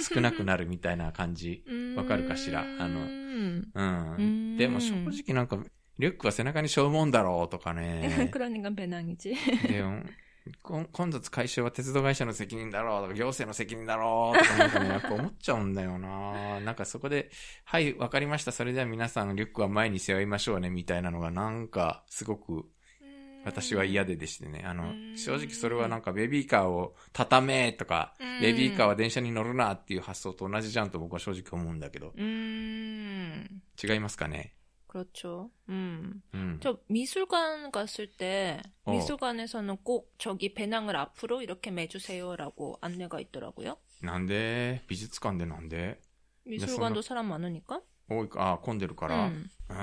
[SPEAKER 2] 少なくなるみたいな感じ。
[SPEAKER 1] 음.
[SPEAKER 2] わかるかしら？あの、
[SPEAKER 1] 음.
[SPEAKER 2] うん。でも正直なんか、リュックは背中に背負うもんだろうとかね。
[SPEAKER 1] 그런 인간 배낭이지.
[SPEAKER 2] で、 混混雑解消は鉄道会社の責任だろうとか、行政の責任だろうとか、なんかね、やっぱ思っちゃうんだよな なんかそこで、はい、わかりました。それでは皆さん、リュックは前に背負いましょうね、みたいなのが、なんか、すごく、
[SPEAKER 1] 음.
[SPEAKER 2] 私は嫌ででしてね。あの
[SPEAKER 1] う、ん
[SPEAKER 2] 正直それはなんかベビーカーを畳めとか、
[SPEAKER 1] うん
[SPEAKER 2] ベビーカーは電車に乗るなっていう発想と同じじゃんと僕は正直思うんだけど。
[SPEAKER 1] 음,
[SPEAKER 2] 違いますかね
[SPEAKER 1] 그렇죠. 음.
[SPEAKER 2] 음.
[SPEAKER 1] 저 미술관 갔을 때
[SPEAKER 2] 어.
[SPEAKER 1] 미술관에서는 꼭 저기 배낭을 앞으로 이렇게 매주세요라고 안내가 있더라고요.
[SPEAKER 2] なんで美術館でなんで
[SPEAKER 1] 미술관도 사람 많으니까.
[SPEAKER 2] 多いか、あ、混んでるから。
[SPEAKER 1] 음.
[SPEAKER 2] う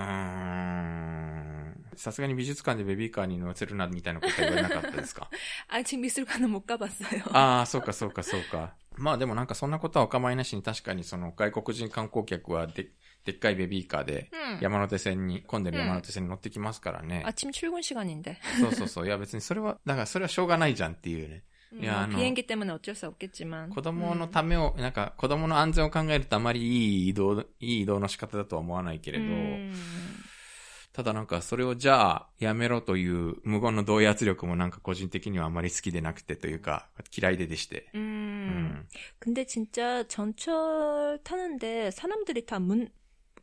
[SPEAKER 2] ーん。さすがに美術館でベビーカーに乗せるな、みたいなことは言われなかったです か
[SPEAKER 1] 아직 미술관은 못 가봤어요.
[SPEAKER 2] ああ、そうかそうかそうか。まあでもなんかそんなことはお構いなしに確かにその外国人観光客はででっかいベビーカーで
[SPEAKER 1] 음.
[SPEAKER 2] 山手線に、混んでる山手線に乗ってきますからね。
[SPEAKER 1] 아침 출근 시간인데.
[SPEAKER 2] そうそうそう。いや別にそれは、だからそれはしょうがないじゃんっていうね。
[SPEAKER 1] 음,
[SPEAKER 2] 야, 너.
[SPEAKER 1] 비행기 때문에 어쩔 수 없겠지만.
[SPEAKER 2] 子供の
[SPEAKER 1] 음.
[SPEAKER 2] ためを、なんか子供の安全を考えるとあまりいい移動、いい移動の仕方だとは思わないけれど、
[SPEAKER 1] 음.
[SPEAKER 2] ただなんかそれをじゃあやめろという無言の同意圧力もなんか個人的にはあまり好きでなくてというか嫌いででして。
[SPEAKER 1] 음.
[SPEAKER 2] うん。
[SPEAKER 1] 근데 진짜 전철 타는데 사람들이 다 문,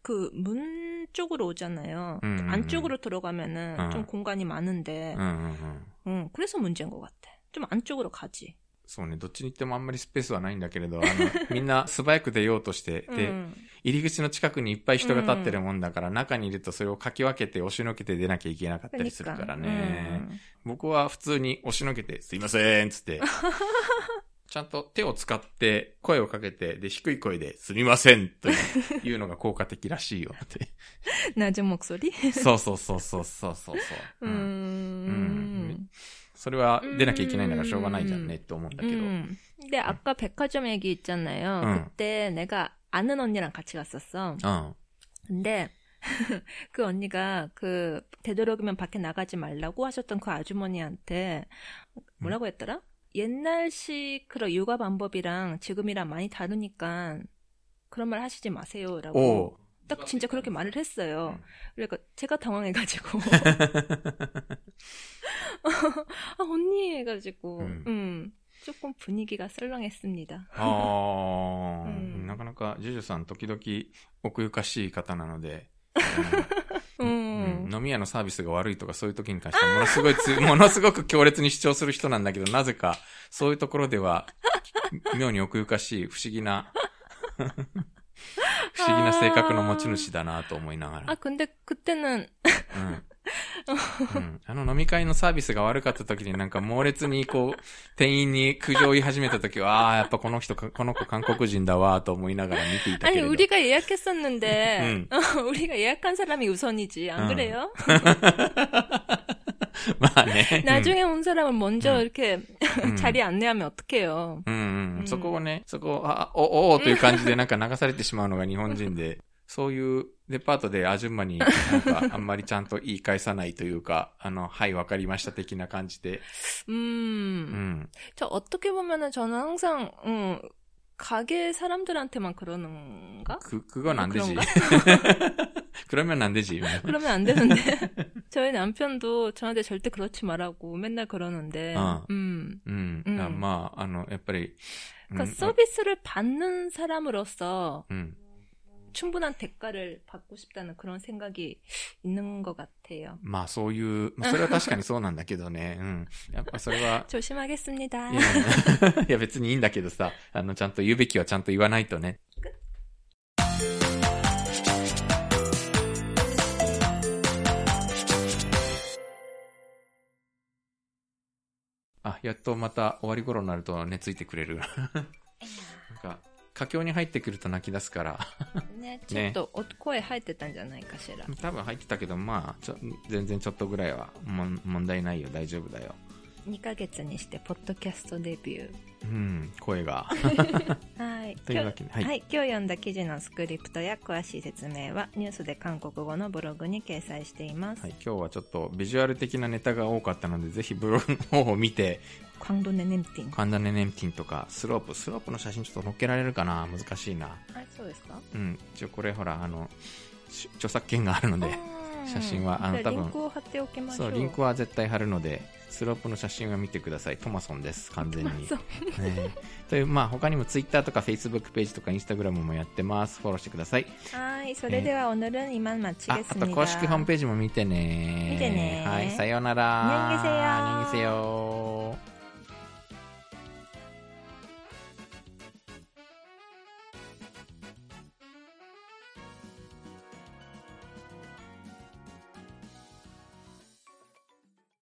[SPEAKER 1] 그, 문 쪽으로 오잖아요.
[SPEAKER 2] 음. 어.
[SPEAKER 1] 안쪽으로 들어가면은
[SPEAKER 2] 음.
[SPEAKER 1] 좀 공간이 많은데,
[SPEAKER 2] うんうんうん。
[SPEAKER 1] 음, 그래서 문제인 것 같아. 좀 안쪽으로 가지.
[SPEAKER 2] そうね、どっちに行ってもあんまりスペースはないんだけれ ど、あの、みんな素早く出ようとして、で、
[SPEAKER 1] 음.
[SPEAKER 2] 入り口の近くにいっぱい人が立ってるもんだから、中にいるとそれをかき分けて押しのけて出なきゃいけなかったりする
[SPEAKER 1] 그러니까.
[SPEAKER 2] からね。
[SPEAKER 1] 음.
[SPEAKER 2] 僕は普通に押しのけて、すいませんっつ って。ちゃんと手を使って、声をかけて、で、低い声で、すみませんというのが効果的らしいよって。
[SPEAKER 1] 낮은 목소리?
[SPEAKER 2] そうそうそうそうそうそうそう。
[SPEAKER 1] 음.
[SPEAKER 2] うんそれは出なきゃいけないんだからしょうがないじゃんねって思うんだけど。
[SPEAKER 1] 음. 근데 아까 백화점 얘기 있잖아요.
[SPEAKER 2] 음.
[SPEAKER 1] 그때 내가 아는 언니랑 같이 갔었어.
[SPEAKER 2] うん。
[SPEAKER 1] 근데 그 언니가 그 되도록이면 밖에 나가지 말라고 하셨던 그 아주머니한테 뭐라고 했더라? 옛날식 그런 육아 방법이랑 지금이랑 많이 다르니까 그런 말 하시지 마세요라고
[SPEAKER 2] おう。
[SPEAKER 1] 딱 진짜 그렇게 말을 했어요.
[SPEAKER 2] 음.
[SPEAKER 1] 그러니까 제가 당황해가지고 아 언니 해가지고
[SPEAKER 2] 음.
[SPEAKER 1] 음, 조금 분위기가 썰렁했습니다.
[SPEAKER 2] ああ、
[SPEAKER 1] うん
[SPEAKER 2] なかなか、ジュジュさん、時々、奥ゆかしい方なの で、
[SPEAKER 1] 음.
[SPEAKER 2] うん飲み屋のサービスが悪いとか、そういう時に関しては、ものすごいつ、 ものすごく強烈に主張する人なんだけど、なぜか、そういうところでは、妙に奥ゆかしい、不思議な、 不思議な性格の持ち主だなと思いなが
[SPEAKER 1] 아
[SPEAKER 2] ら。
[SPEAKER 1] 근데 그때는
[SPEAKER 2] うんうんあの飲み会のサービスが悪かった時になんか猛烈にこう、店員に苦情を言い始めた時は、ああ、やっぱこの人か、この子韓国人だわと思いながら見ていたけ
[SPEAKER 1] 아니
[SPEAKER 2] れど。
[SPEAKER 1] 우리가 예약했었는데
[SPEAKER 2] 응.
[SPEAKER 1] 어, 우리가 예약한 사람이 우선이지 안
[SPEAKER 2] 응.
[SPEAKER 1] 그래요?
[SPEAKER 2] まあね。
[SPEAKER 1] 나중에 온 사람은 먼저
[SPEAKER 2] 응.
[SPEAKER 1] 이렇게
[SPEAKER 2] 응.
[SPEAKER 1] 자리 안내하면 어떡해요?
[SPEAKER 2] うん。うんう。
[SPEAKER 1] うんん
[SPEAKER 2] そこをね、そこを、あ、お、おーという感じでなんか流されてしまうのが日本人 で、そういうデパートでアジュンマになんかあんまりちゃんと言い返さないというか、あの、はい、わかりました的な感じで。
[SPEAKER 1] 음,
[SPEAKER 2] うん。
[SPEAKER 1] 저 어떻게 보면은 저는 항상 음, 가게 사람들한테만 그러는가? 뭐
[SPEAKER 2] く、くごなんでじ
[SPEAKER 1] 그런가 。
[SPEAKER 2] 그러면난되지
[SPEAKER 1] 그러면 안 되는데 저희 남편도 저한테 절대 그렇지 말라고 맨날 그러는데
[SPEAKER 2] 아.
[SPEAKER 1] 음.
[SPEAKER 2] うん。
[SPEAKER 1] うん
[SPEAKER 2] あまあ、あの、やっぱり。うん
[SPEAKER 1] 그러니까 서비스를 받는 사람으로서
[SPEAKER 2] うん。
[SPEAKER 1] 충분한 대가를 받고 싶다는 그런 생각이 있는 것 같아요.
[SPEAKER 2] まあ、そういう、まあ、それは確かにそうなんだけどね。うん。やっぱそれは、
[SPEAKER 1] 조심하겠습니다.
[SPEAKER 2] いや、いや別にいいんだけどさ、あの、ちゃんと言うべきはちゃんと言わないとね。あ、やっとまた終わり頃になると寝ついてくれる。なんか、佳境に入ってくると泣き出すから。
[SPEAKER 1] 네,
[SPEAKER 2] 네.
[SPEAKER 1] 저도 옷, 코에 하였댔단じゃないかしら.
[SPEAKER 2] 多分入ってたけど、まあ、ちょ全然ちょっとぐらいはもん問題ないよ、大丈夫だよ。
[SPEAKER 1] 2ヶ月にしてポッドキャストデビュー。
[SPEAKER 2] うん、声が。
[SPEAKER 1] はい。
[SPEAKER 2] というわけで、
[SPEAKER 1] 今
[SPEAKER 2] は。
[SPEAKER 1] 日はいい、今日読んだ記事のスクリプトや詳しい説明はニュースで韓国語のブログに掲載しています。
[SPEAKER 2] はい、今日はちょっとビジュアル的なネタが多かったので、ぜひブログの方を見て、
[SPEAKER 1] 광도네냄띵。
[SPEAKER 2] カンダネネムティンとか、スロープ、スロープの写真ちょっと載っけられるかな難しいな。
[SPEAKER 1] あ、そうですか
[SPEAKER 2] うん、一応これほら、あの、し著作権があるので、写真はあの多
[SPEAKER 1] リン
[SPEAKER 2] 分
[SPEAKER 1] クを貼っておきましょ。
[SPEAKER 2] そううリンクは絶対貼るのでスロープの写真は見てくださいトマソンです完全に、
[SPEAKER 1] そ
[SPEAKER 2] ね
[SPEAKER 1] う、
[SPEAKER 2] というまあ他にもツイッターとかフェイスブックページとかインスタグラムもやってますフォローしてください
[SPEAKER 1] はい、それでは오늘은이만
[SPEAKER 2] ああと公式ホーム
[SPEAKER 1] 마치겠습니다.
[SPEAKER 2] ページも見てね
[SPEAKER 1] 見てね
[SPEAKER 2] はいさようなら
[SPEAKER 1] 안녕히계세요
[SPEAKER 2] 안녕히계세요